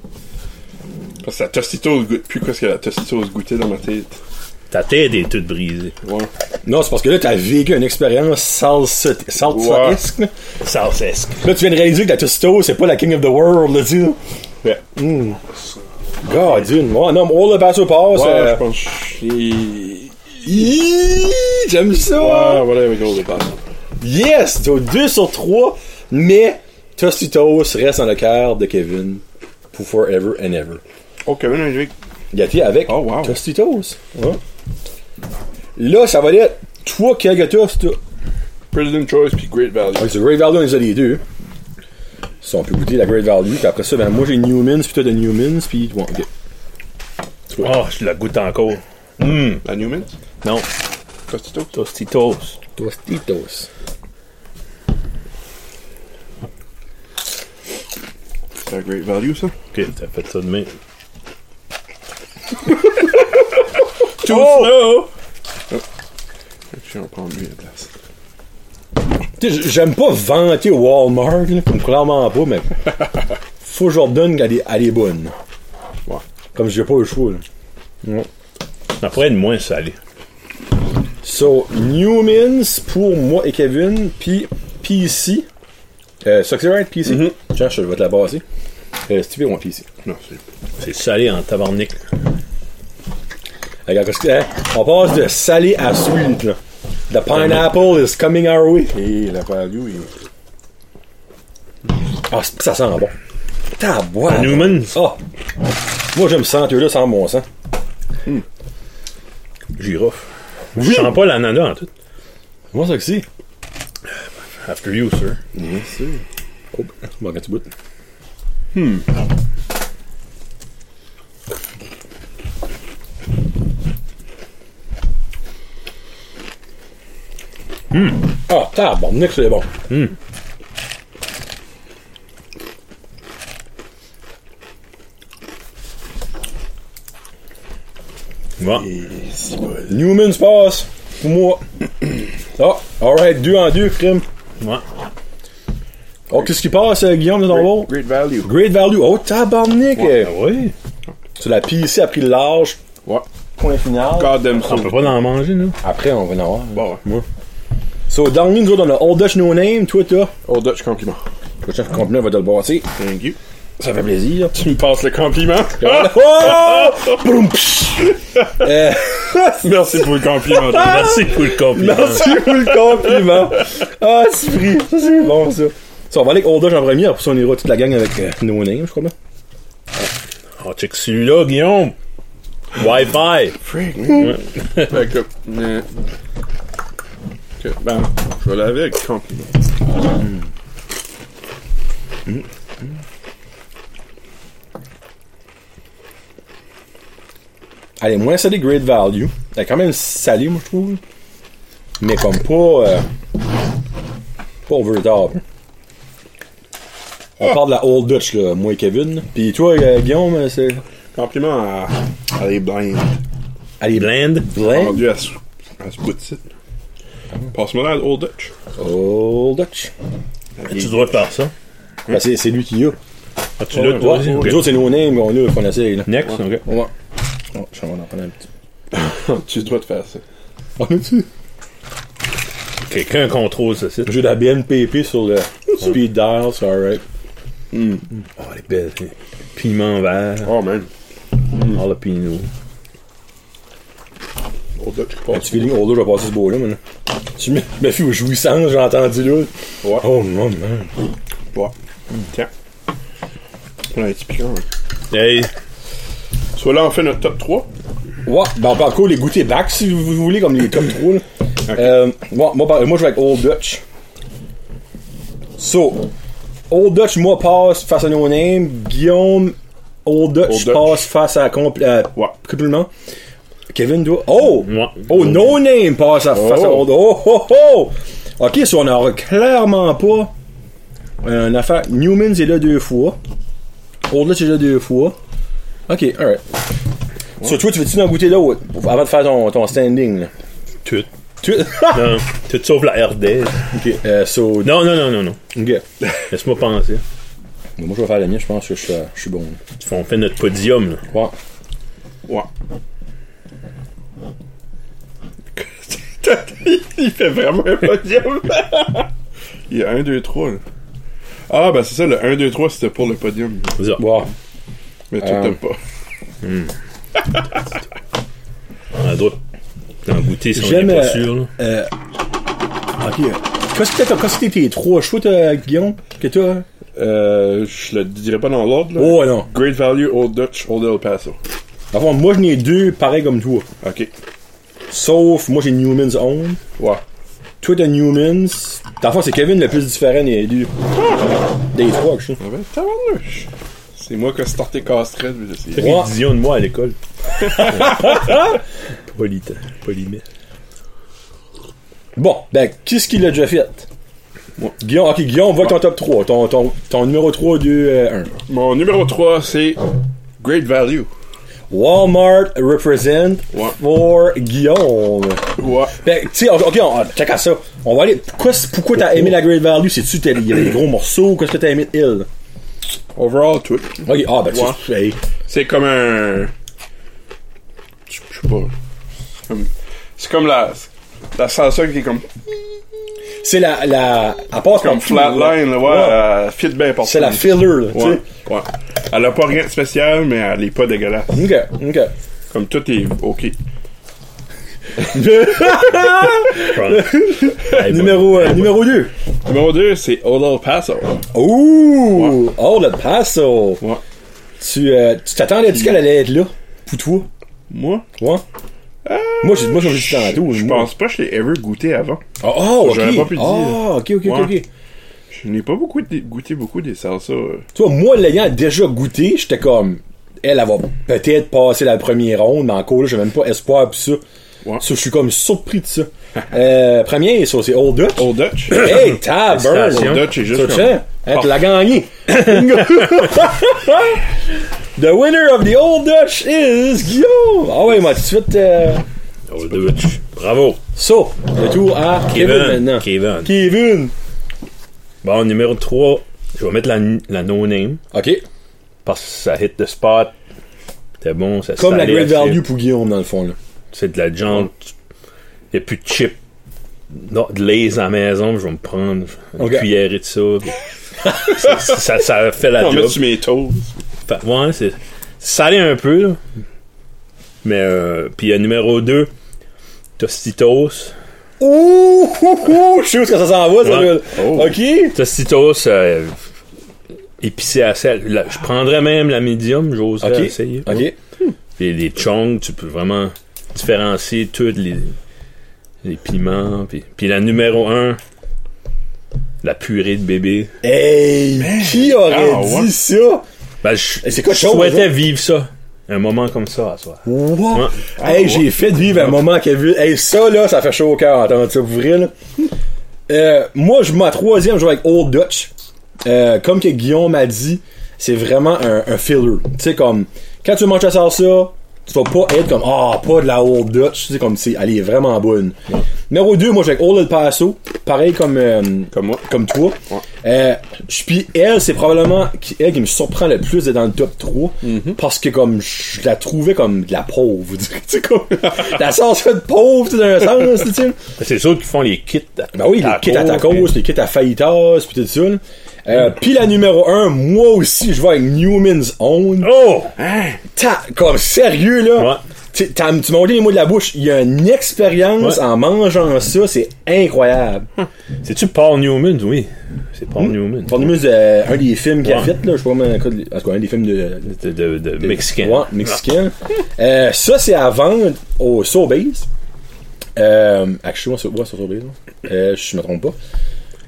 Parce que la Tostitos goûte plus qu'est-ce que la Tostitos goûtait dans ma tête.
Ta tête est toute brisée.
Ouais.
Non, c'est parce que là, t'as vécu une expérience salsate- salsaesque. là.
Salsesque.
Là, tu viens de réaliser que la Tostitos, c'est pas la King of the World, là, tu sais.
Ouais.
God, d'une. Ouais, non, mais Old El Paso passe.
Ouais,
euh,
je pense que j'ai-
Iiii, J'aime ça!
Ouais, voilà, avec le départ.
Yes! T'as 2 sur 3, mais Tostitos reste dans le cœur de Kevin pour forever and ever.
Oh, Kevin Hendrick.
Gâté avec
Oh, wow.
Tostitos. Ouais. Là, ça va être toi qui as gâté Tostitos.
President Choice puis Great Value.
Ah, c'est Great Value, on les a les deux. Ça, on peut goûter la Great Value, puis après ça, ben, moi j'ai Newmans, puis toi de Newmans, puis. Ouais, ok.
Oh, je la goûte encore.
La Newman?
Non.
Tostitos?
Tostitos.
Tostitos.
C'est la Great Value, ça?
Ok, t'as fait ça de même.
Too oh! Je vais en prendre lui à la place.
Tu sais, j'aime pas vanter Walmart, là, comme clairement pas,
[LAUGHS]
mais. Faut que je leur donne qu'elle est, elle est bonne.
Ouais.
Comme j'ai pas le choix, là.
Ça pourrait être moins salé.
So, Newmans pour moi et Kevin, puis PC. Euh, ça que c'est right, PC?
Mm-hmm.
Tiens, je vais te la baser. Euh, Stevie, moi, PC.
Non, c'est...
C'est salé en tabarnak.
Regarde, parce que, hein, on passe de salé à sweet, là. The pineapple is coming our way.
Et la Value, il...
Ah, c'est- ça sent bon. Tabois.
Newman,
Ah! Moi, je me sens, tu là, sans bon sang.
Girofle. Je sens pas l'ananas en tout.
Comment ça que c'est?
After you, sir.
Bien sûr.
Oh, bon, quand tu boutes. Hmm. Ah, tabarnak, c'est bon.
Bon.
Et c'est bon.
Newman se passe. Pour moi. Ah, alright, deux en deux, crime.
Ouais.
Oh, qu'est-ce qui passe, euh, Guillaume, de ton lot?
Oh.
Great, great Value.
Great value. Oh, tabarnak.
Ah
euh.
oui.
Tu l'as pillé ici, a pris le large.
Ouais.
Point final.
God damn ça.
On peut pas en manger, là.
Après, on va en avoir.
Bon, ouais.
So, dans nous autres, on a Old Dutch No Name, toi, t'as.
Old Dutch compliment.
Le chef compliment va te le bâtir.
Thank you.
Ça fait plaisir.
Tu me passes
[LAUGHS]
le compliment?
Oh! Broum, psh! Euh,
Merci pour le compliment. [LAUGHS] Merci pour le compliment.
Merci pour le compliment. [LAUGHS] Ah, c'est pris. Ça, c'est bon, ça. Ça, on va aller avec Old Dutch en premier, après ça, on ira toute la gang avec euh, No Name, je crois. bien.
On check celui-là, Guillaume. Wi-Fi.
Frick, man. Fait que, euh, que, ben, je vais laver avec compliment.
Elle est moins salée que Great Value. Elle est quand même salée, moi, je trouve. Mais comme pas. euh, pas over the top. On parle de la Old Dutch, là, moi et Kevin. là. Puis toi, euh, Guillaume, c'est.
Compliment à, à les blindes.
Elle est
Blend.
blinde.
Rendu à ce, à ce bout de site. Passe-moi là, Old Dutch.
Old Dutch.
As-tu le droit de faire ça?
Ben, c'est c'est lui qui a.
As-tu le droit?
Ouais, Nous autres, c'est nos names qu'on a, qu'on essaye, là.
Next, ok.
Ouais. Oh, je suis en prendre un petit.
Oh, tu as le droit de faire ça.
On a-tu?
Quelqu'un contrôle ce site.
J'ai de la BNPP sur le speed dial, c'est alright.
Oh, les belles. les Piment vert,
Oh man. Mm.
jalapeno.
Old Dutch qui
Un petit
passe.
feeling older, Oh, je vais passer ce beau-là, maintenant. Tu me me fais aux jouissances, j'ai entendu là.
Ouais.
Oh, non, man.
Ouais. Tiens. On a un petit piquant. hein.
Hey,
Soit là, on fait notre top 3.
Ouais, ben, on parle quoi, les goûters back, si vous vous voulez, comme les top 3, là. Euh, ouais, moi, par- moi, je vais avec Old Dutch. So, Old Dutch, moi, passe face à No Name. Guillaume, Old Dutch,
Old Dutch.
passe face à compl- euh,
Ouais.
complément. Kevin, toi. Oh!
moi.
Oh, No Name passe à face à
Oh.
Old Oh, oh, oh! Ok, si on n'aura clairement pas euh, une affaire. Newman est là deux fois. Old Dutch est là deux fois. Ok, alright. So, toi, tu veux-tu en goûter l'autre avant de faire ton, ton standing? Là?
Tout.
Tu...
Non, tout sauf la RD.
ok, euh, so.
Non, non, non, non, non.
ok.
Laisse-moi penser.
Mais Moi, je vais faire la mienne, je pense que je suis, euh, je suis bon.
On fait notre podium, là.
Ouais.
Ouais. [LAUGHS] Il fait vraiment un podium. [LAUGHS] Il y a 1, 2, 3. Là. Ah, ben c'est ça, le 1, 2, 3, c'était pour le podium.
Ça.
Ouais.
Mais toi,
Euh.
t'aimes pas.
On a le droit d'en goûter si on
J'aime,
n'est pas
euh,
sûr, là.
Euh... Ok. Qu'est-ce que t'as- qu'est-ce que t'es tes trois choix, t'as, Guillaume? Que t'as? hein?
Euh, je le dirais pas dans l'ordre. là.
Oh, non.
Great Value, Old Dutch, Old El Paso.
Enfin, moi, j'en ai deux pareils comme toi.
Ok.
Sauf, moi, j'ai Newman's Own.
Ouais.
Toi, t'as Newman's. Dans le fond, c'est Kevin le plus différent des deux. Des trois, je sais.
Ah ben, tabarnouche. C'est moi qui ai starté Castrel, mais c'est.
Ouais.
Ils disaient de moi à l'école. Polite. Polymètre.
Bon, ben, qu'est-ce qu'il a déjà fait?
Moi.
Guillaume, ok, Guillaume, va avec ton top 3. Ton, ton, ton numéro euh, 3, 2, 1.
Mon numéro 3, c'est Great Value.
Walmart represent
Ouais.
for Guillaume.
Ouais.
Ben, tu sais, ok, on, check à ça. On va aller. Pourquoi, pourquoi t'as aimé la Great Value? C'est-tu t'as- il y a des gros morceaux? Qu'est-ce que t'as aimé de Hill?
Overall, tout.
Ok, ah, ben, tu
Ouais.
sais, hey.
C'est comme un. Je je sais pas. C'est comme, c'est comme la. La salsa qui est comme,
C'est la, la. À part
comme flatline, là, ouais, elle fit bien partout.
C'est la filler, là, tu
Ouais, ouais. Elle a pas rien de spécial, mais elle est pas dégueulasse.
sais. Ok, ok.
Comme tout est ok.
Numéro, euh, numéro 2.
Numéro 2, c'est Old El Paso.
Ouh! Oh, le Paso!
Ouais.
Tu euh, tu t'attendais-tu qu'elle allait être là? Pour toi?
Moi,
Ouais? moi, j'ai moi, j'ai dit tantôt.
Euh, je
moi.
pense pas que je l'ai ever goûté avant.
Ah, Oh, ok.
J'aurais pas pu le
Ah, ok, ok, ok,
Ouais.
ok.
Je n'ai pas beaucoup dé- goûté beaucoup des salsas. euh.
Toi, moi, l'ayant déjà goûté, j'étais comme, elle, elle va peut-être passer la première ronde, mais encore là, j'ai même pas espoir pour ça.
Ouais.
Ça, je suis comme surpris
[LAUGHS]
de ça. euh, premier, ça, c'est Old Dutch. [COUGHS]
Old Dutch.
Hey, tabern!
Félicitations.
Old Dutch est juste
Ça,
comme...
tiens, hein, tu l'as
[LAUGHS]
gagné. the winner of the Old Dutch is Guillaume. Ah ouais, moi, tout de suite. euh,
Bravo.
So, le tour à Kevin, maintenant.
Kevin.
Kevin.
Bon, numéro 3, je vais mettre la, la no-name
Ok,
parce que ça hit the spot. C'était bon, ça
comme la
salait
Great
assez.
Value pour Guillaume, dans le fond. Là.
C'est de la jante. Il n'y a plus de chips. Non, de l'aise à la maison, je vais me prendre une
Ok.
cuillère et de ça. puis- ça, ça- ça fait la
On met
job.
sur mes toasts.
Fait- ouais, c'est salé un peu, là. Mais, euh, puis euh, numéro 2, Tostitos.
Ouh, ouh, ouh, je sais où est-ce que ça s'en va, ça.
Ouais.
là.
Oh.
Ok.
Tostitos, euh, épicé à sel. La- je prendrais même la médium, j'oserais
Ok.
essayer. Ouais.
Ok.
Puis les chongs, tu peux vraiment différencier tous les, les piments. Puis, puis la numéro 1, la purée de bébé.
Hey, qui aurait
Ah, ouais.
dit ça?
Ben, je
Et c'est quoi,
je
chose,
souhaitais vivre ça. Un moment comme ça à soi.
Wow!
Ouais.
Hey,
Ah,
j'ai fait vivre un moment que vu. Hey, ça là, ça fait chaud au cœur, attends, ça vous là. Euh, moi, je ma troisième, je joue avec Old Dutch. Euh, comme que Guillaume m'a dit, c'est vraiment un, un filler. Tu sais, comme, quand tu manges la salsa, tu vas pas être comme, ah, pas de la Old Dutch. Tu sais, comme, c'est, elle est vraiment bonne. Numéro 2, moi, je joue avec Old El Paso. Pareil comme, euh,
Comme moi.
comme toi.
Ouais.
Euh, je- puis elle, c'est probablement qui, elle qui me surprend le plus d'être dans le top 3
Mm-hmm.
parce que comme je la trouvais comme de la pauvre, vous direz, [LAUGHS] tu sais, comme la sauce de pauvre, tu sais, dans un sens, tu sais.
Ben, C'est ceux qui font les kits. à-
Ben oui, les kits à tacos, les kits à fajitas, puis tout ça. là. Euh,
Mm.
puis la numéro 1, moi aussi, je vais avec Newman's Own.
Oh!
Hein? Ta- comme sérieux,
Ouais.
là. Tu t'as- tu m'as enlevé les mots de la bouche. Il y a une expérience
Ouais. Hmm.
en mangeant ça, c'est incroyable.
C'est-tu Paul Newman? Oui. C'est Paul
Hmm?
Newman.
Fornimus, euh, un des films qu'il a
Ouais.
fait, là, je sais pas, mais, en tout cas, un des films de,
De, de- de Mexicain. Ah.
Ouais, mexicain. Euh, ça, c'est à vendre au Sobeys. Euh, actually, ouais, c'est au Sobeys. là. Euh, je me trompe pas.
Ah.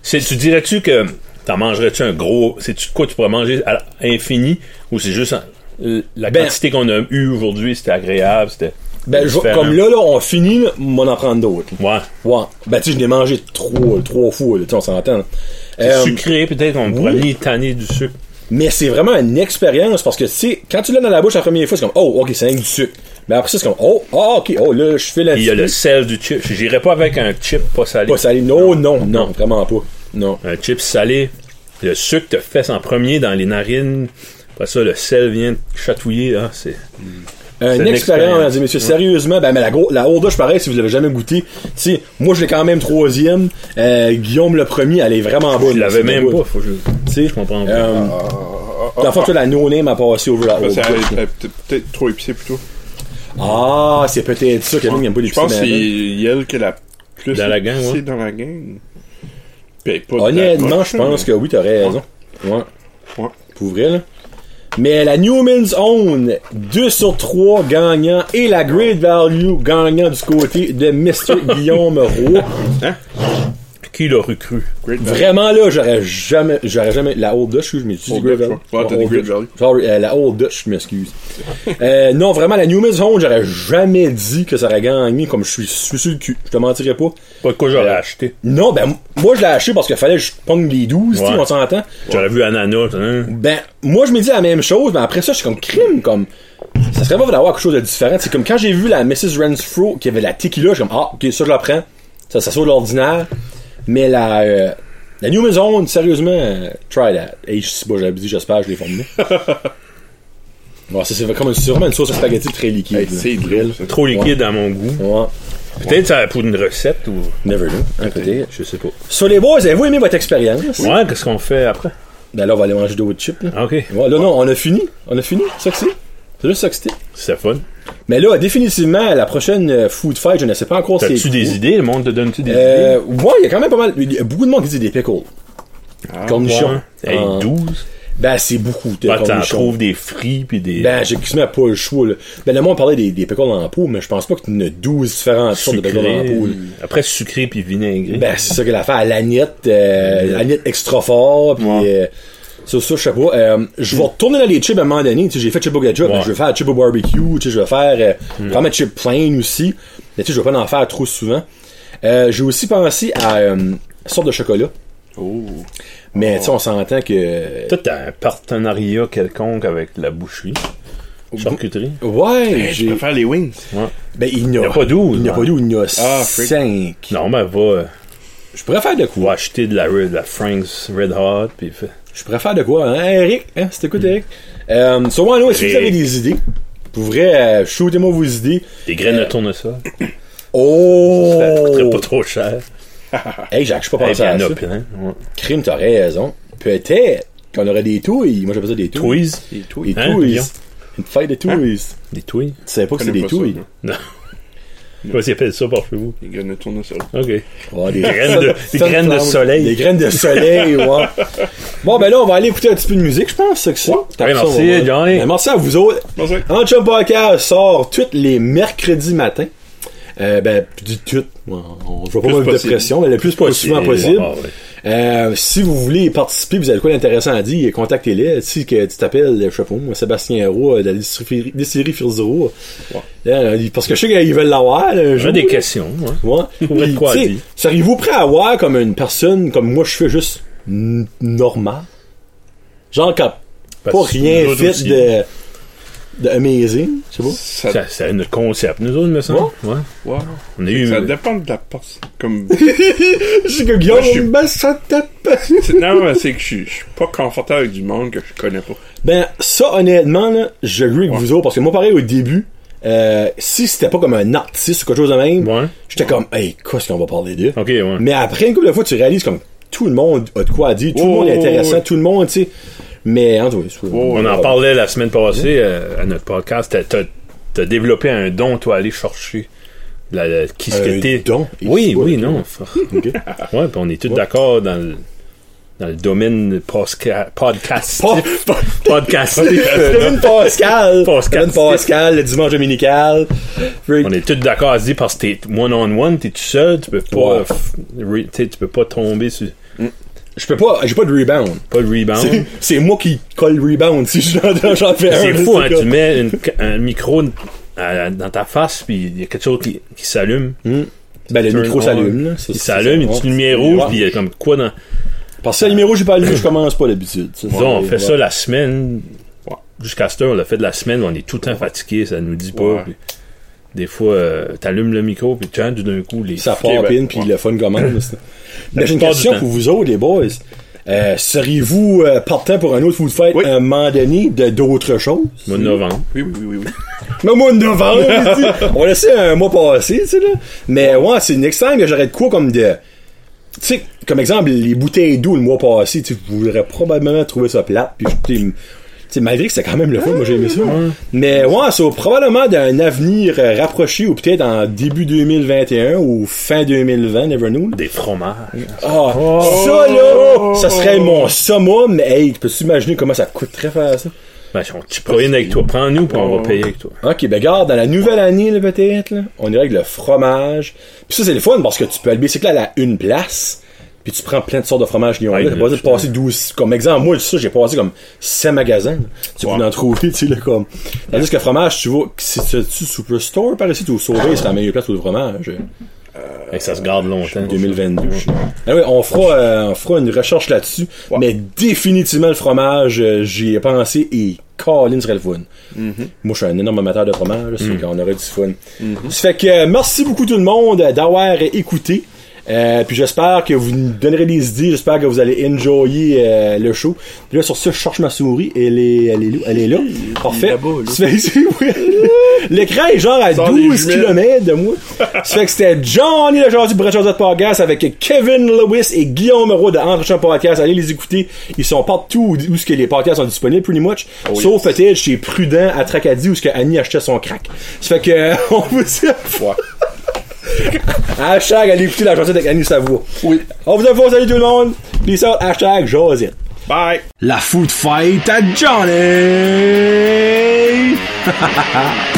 C'est- Tu dirais-tu que t'en mangerais-tu un gros. C'est-tu de quoi tu pourrais manger à l'infini ou c'est juste. un- Euh, La
Ben-
quantité qu'on a eue aujourd'hui, c'était agréable, c'était.
Ben, je-
différent.
comme là, là, on finit, là, m'en en prendre d'autres.
Ouais.
Ouais. Ben, tu sais, je l'ai mangé trois, trois fois, là, tu sais, on s'entend. là. Euh,
Sucré, peut-être, on pourrait
oui.
venir tanner du sucre.
mais c'est vraiment une expérience parce que, tu sais, quand tu l'as dans la bouche la première fois, c'est comme, oh, ok, c'est rien que du sucre. Mais après ça, c'est comme, oh, ah, ok, oh, là, je fais la
Puis il y a le sel du chip. J'irais pas avec un chip pas salé.
Pas salé. Non, non, non, vraiment pas. Non.
Un chip salé, le sucre te fesse en premier dans les narines. Après ça, le sel vient te chatouiller. hein, c'est... C'est
Une
une
expérience,
expérience.
mesdames et messieurs. Sérieusement, ben, mais la, gros, la Old Dutch, pareil, si vous l'avez jamais goûté, tu sais, moi, je l'ai quand même troisième. Euh, Guillaume le premier, elle est vraiment bonne.
Je l'avais
C'est
même
bonne.
pas. Ah. Faut que je...
Tu sais,
je comprends pas.
Euh, dans le fond, tu vois, la no-name a passé over la
Ça,
Old
c'est
Dutch.
euh, peut- peut-être trop épicé plutôt.
Ah, c'est peut-être ça que Guillaume aime pas les
Je pense que c'est
petits
elle qui est la plus
Dans la gang,
épicée
ouais.
dans la gang. Puis elle est pas de la
Honnêtement,
poche,
Ah, je pense
mais-
que oui, t'as raison. Ouais.
Ouais.
Pour vrai, là. Mais la Newman's Own, 2 sur 3 gagnants et la Great Value gagnant du côté de
[LAUGHS]
Mr. Guillaume Roux.
Qui l'aurait cru?
Great Value.
Vraiment là, j'aurais jamais, j'aurais jamais la Old Dutch, je m'excuse.
Old
Great
Dutch,
Value.
ouais. Ouais, t'as dit
Old
Great
Dutch.
Value.
Sorry, euh, la Old Dutch, je
[LAUGHS]
m'excuse. euh, non, vraiment la Newman's Home, j'aurais jamais dit que ça aurait gagné comme je suis, je suis sur le cul. Je te mentirais pas.
Pas de quoi j'aurais
Euh,
acheté.
Non, ben m- moi je l'ai acheté parce qu'il fallait que je pogne les 12, tu sais,
Ouais.
on s'entend.
J'aurais vu Ananas. Hein?
Ben, moi je me dis la même chose, mais après ça, je suis comme crime, comme. Ça serait pas d'avoir quelque chose de différent. C'est comme quand j'ai vu la Mrs. Renfro qui avait la tequila, je suis comme, ah, ok, ça je la prends. Ça, ça sort de l'ordinaire. Mais la. euh, la New Maison, sérieusement, euh, try that. Et je sais pas, j'avais dit, j'espère, je l'ai formulé. bon, ça, c'est comme une- c'est vraiment une sauce à spaghetti très liquide.
Hey,
là.
ben, c'est drôle. ça.
Trop liquide à mon goût.
Ouais.
Peut-être ça pour une recette ou.
Never know. hein, peut-être.
Je sais pas.
So, les boys, avez-vous aimé votre expérience?
Ouais, qu'est-ce qu'on fait après?
Ben là, on va aller manger d'autres chips, là.
Ah, Ok.
Ouais, là, non, on a fini. On a fini. Ça que c'est. C'est juste ça que c'était.
C'est fun.
Mais là, définitivement, la prochaine euh, Food Fight, je ne sais pas encore c'est.
T'as-tu des idées? Le monde te donne-tu des
Euh, ouais, il y a quand même pas mal. Il y a beaucoup de monde qui dit des pickles.
Ah,
idées?
cornichons.
Ouais. Hey,
Euh,
12.
ben, c'est beaucoup de
Ah, t'en
cornichons.
trouves des frits puis des.
Ben, j'ai quasiment pas le choix, là. Ben, le monde parlait des, des pickles en peau, mais je pense pas que tu en as 12 différentes sortes de
sucré,
pickles en peau, là.
Après sucré puis
Hein?
vinaigré.
Ben, c'est ça qu'elle a fait à l'agnette, euh, l'agnette extra fort, puis euh, ça, ça, je sais pas. Euh, je vais retourner dans les chips à un moment donné. Tu sais, j'ai fait chip au ketchup,
Ouais.
mais je vais faire chip au barbecue, tu sais, je vais faire euh,
Mm.
vraiment chip plain aussi. Mais tu sais, je vais pas en faire trop souvent. Euh, j'ai aussi pensé à euh, une sorte de chocolat.
Oh.
Mais tu sais, on s'entend que...
Toi, t'as un partenariat quelconque avec la boucherie, charcuterie.
Ouais,
Hey, je
j'ai...
préfère les wings.
Ouais.
Ben, il n'y
Il
a,
n'y a pas 12.
il n'y a pas
hein.
d'où, il y en a
Ah, freak.
5.
Non, mais va, euh,
Je pourrais faire de quoi?
va acheter de la, Red- de la Frank's Red Hot. Puis fait-
Je préfère de quoi, hein, Eric? Hein, c'était quoi, Eric? Euh, so, ouais, non, si vous
Eric.
avez des idées, pour vrai, euh, shootez-moi vos idées.
des graines de tournesol.
Euh, Oh!
Ça coûterait pas trop cher.
Hey, Jacques, je suis pas
Et
pensé
puis, il y
à
en
ça.
a plein. ouais.
Crime, t'as raison. Peut-être qu'on aurait des touilles. Moi, j'appelle ça des touilles.
Tweez.
Et tout.
Des
Hein,
touilles.
Guillaume?
Une fête de touilles.
Des tweez.
Tu savais pas que c'est des hein. touilles.
Non. Comment ils appellent ça par chez vous?
Les graines de tournesol.
OK.
Oh, des [LAUGHS]
graines de- des graines de soleil.
Des graines de soleil, ouais. Bon, ben là, on va aller écouter un petit peu de musique, je pense, c'est que ça. T'as
Ouais,
ça,
merci,
on va-
Johnny.
Ben, merci à vous autres.
Bonjour.
En Chum Podcast sort tous les mercredis matins. Euh, ben, je dis tout. On- on- Je vois pas
Plus
mal de
possible.
pression, mais le plus, possible possible.
Ah, ouais.
Euh, si vous voulez participer, vous avez quoi d'intéressant à dire, contactez-les. Si que tu t'appelles, euh, je sais pas moi, Sébastien Roux euh, de la distillerie distillerie Firzero. Euh, parce que je sais qu'ils veulent l'avoir. là,
J'ai
je-
des questions, moi.
Ouais.
Pour être
Puis,
quoi
tu sais,
dit.
Seriez-vous prêt à avoir comme une personne, comme moi je fais juste n- normal? Genre comme
Parce
pas
que nous
rien
autres
fait
aussi.
de, de amazing, je sais pas.
[LAUGHS]
Ça,
Ça, c'est notre concept, nous autres, me semble. Ouais.
ouais.
On a eu.
Ça dépend de la personne. Comme... [LAUGHS]
C'est que Guillaume,
Moi, je suis-
ben, ça
[LAUGHS]
tape.
C'est- non, mais c'est que je suis- je suis pas confortable avec du monde que je connais pas.
Ben, ça, honnêtement, là, je agree avec vous autres, parce que moi, pareil, au début, euh, si c'était pas comme un artiste ou quelque chose de même,
Ouais.
j'étais comme, hey, qu'est-ce qu'on va parler d'eux?
Ok, ouais.
Mais après, une couple de fois, tu réalises comme, tout le monde a de quoi à dire, tout le
Oh,
monde est
oh,
intéressant,
oh.
tout le monde, tu sais. Mais, en tout cas, c'est-
Oh, On en parlait la semaine passée euh, à notre podcast. T'as- T'as t'as développé un don, toi, aller chercher la, la- qui ce
Un
que t'es.
don?
Oui,
Et- [LAUGHS]
oui, non.
Ok.
Ouais, pis on est tous d'accord dans le, dans le domaine posca- podcast.
Pas- pas-
podcast.
Kevin Pascal!
Pascal.
Kevin Pascal, le dimanche dominical. Freak.
on est tous d'accord à se dire parce que t'es one-on-one, t'es tout seul, tu peux pas.
Ouais.
f- re- t'sais, tu peux pas tomber sur.
Je peux pas, j'ai pas de rebound.
Pas le
C'est-
rebound.
C'est moi qui colle le rebound si j'en j'en fais un.
Ah C'est
là,
fou, hein,
comme-
tu mets une ca- un micro à- dans ta face, puis il y a quelque chose qui, qui s'allume.
Ben, le
Hmm. Turn
micro
on.
s'allume, là.
Il s'allume, une petite lumière rouge, puis euh, il y a comme quoi dans.
Parce que le numéro, j'ai pas allumé, je commence pas d'habitude. Ça,
Disons,
c'est-
on fait
ouais.
ça la semaine. Jusqu'à cette heure, on l'a fait de la semaine, on est tout le temps fatigué, ça nous dit pas.
Ouais.
puis des fois, euh, t'allumes le micro, puis tu entends d'un coup les.
Ça
Ok,
part
ben,
pin, puis
ouais.
le fun
[LAUGHS]
commence. Mais j'ai une
plupart du
question
temps.
pour vous autres, les boys. Euh, Seriez-vous euh, partant pour un autre food fight
Oui.
à un moment donné de d'autres choses?
mois de novembre.
Oui, oui, oui, oui. oui.
Mais au mois de [LAUGHS] novembre, tu sais, on laissait un mois passer, tu sais, là. Mais ouais, c'est next time que j'aurais de quoi comme de. Tu sais, comme exemple, les bouteilles d'eau le mois passé, tu sais, vous voudrais probablement trouver ça plate, puis je- tu sais, malgré que c'était quand même le fun, moi j'ai aimé ça. Mais ouais, c'est probablement d'un avenir euh, rapproché ou peut-être en début 2021 ou fin 2020, never know. là.
Des fromages.
Ah, Oh. ça là, ça serait mon summum, mais hey, peux-tu imaginer comment ça coûterait faire ça?
Ben, si on- tu proviens avec toi. Prends-nous, puis on va payer avec toi.
Ok, ben garde, dans la nouvelle année, là, peut-être, là, on irait avec le fromage. Puis ça, c'est le fun parce que tu peux aller bicycler à la une place, puis tu prends plein de sortes de fromages Lyon.
Ouais,
T'as pas besoin de
justement.
passer 12. Comme exemple, moi, ça, j'ai passé comme 7 magasins. Tu peux en trouver, tu sais, là, comme. Tandis que le fromage, tu vois, si tu tu Superstore par ici, tu au sauvé, c'est la meilleure place pour le fromage. euh,
Fait que ça se garde longtemps.
2022. Ah oui, on fera, euh, on fera une recherche là-dessus, mais définitivement le fromage, euh, j'y ai pensé et Colin serait le fun.
Mhm.
Moi, je suis un énorme amateur de fromage, là, c'est qu'on aurait du fun.
Mhm.
Ça fait que euh, merci beaucoup tout le monde euh, d'avoir écouté. Euh, puis j'espère que vous nous donnerez des idées, j'espère que vous allez enjoyer euh, le show. Puis là, sur ce, je cherche ma souris, elle est, elle est, là- elle est là. Parfait.
là-bas, là.
Ça fait- c'est- [LAUGHS] oui. L'écran est genre à
Sors les
12
jumelles.
km de moi. Ça fait que c'était Johnny le genre du Breton Podcast avec Kevin Lewis et Guillaume Moreau de Entre Champs Podcast. Allez les écouter. Ils sont partout où, où ce que les podcasts sont disponibles, pretty much.
Oh
Sauf peut-être chez Prudent à Tracadie où ce que Annie achetait son crack. Ça fait que, euh, on vous dit [LAUGHS] hashtag, allez écouter la Josette avec Annie Savoie.
Oui.
On vous envoie, salut tout le monde. Peace out, hashtag Josette.
Bye!
La food fight à Johnny!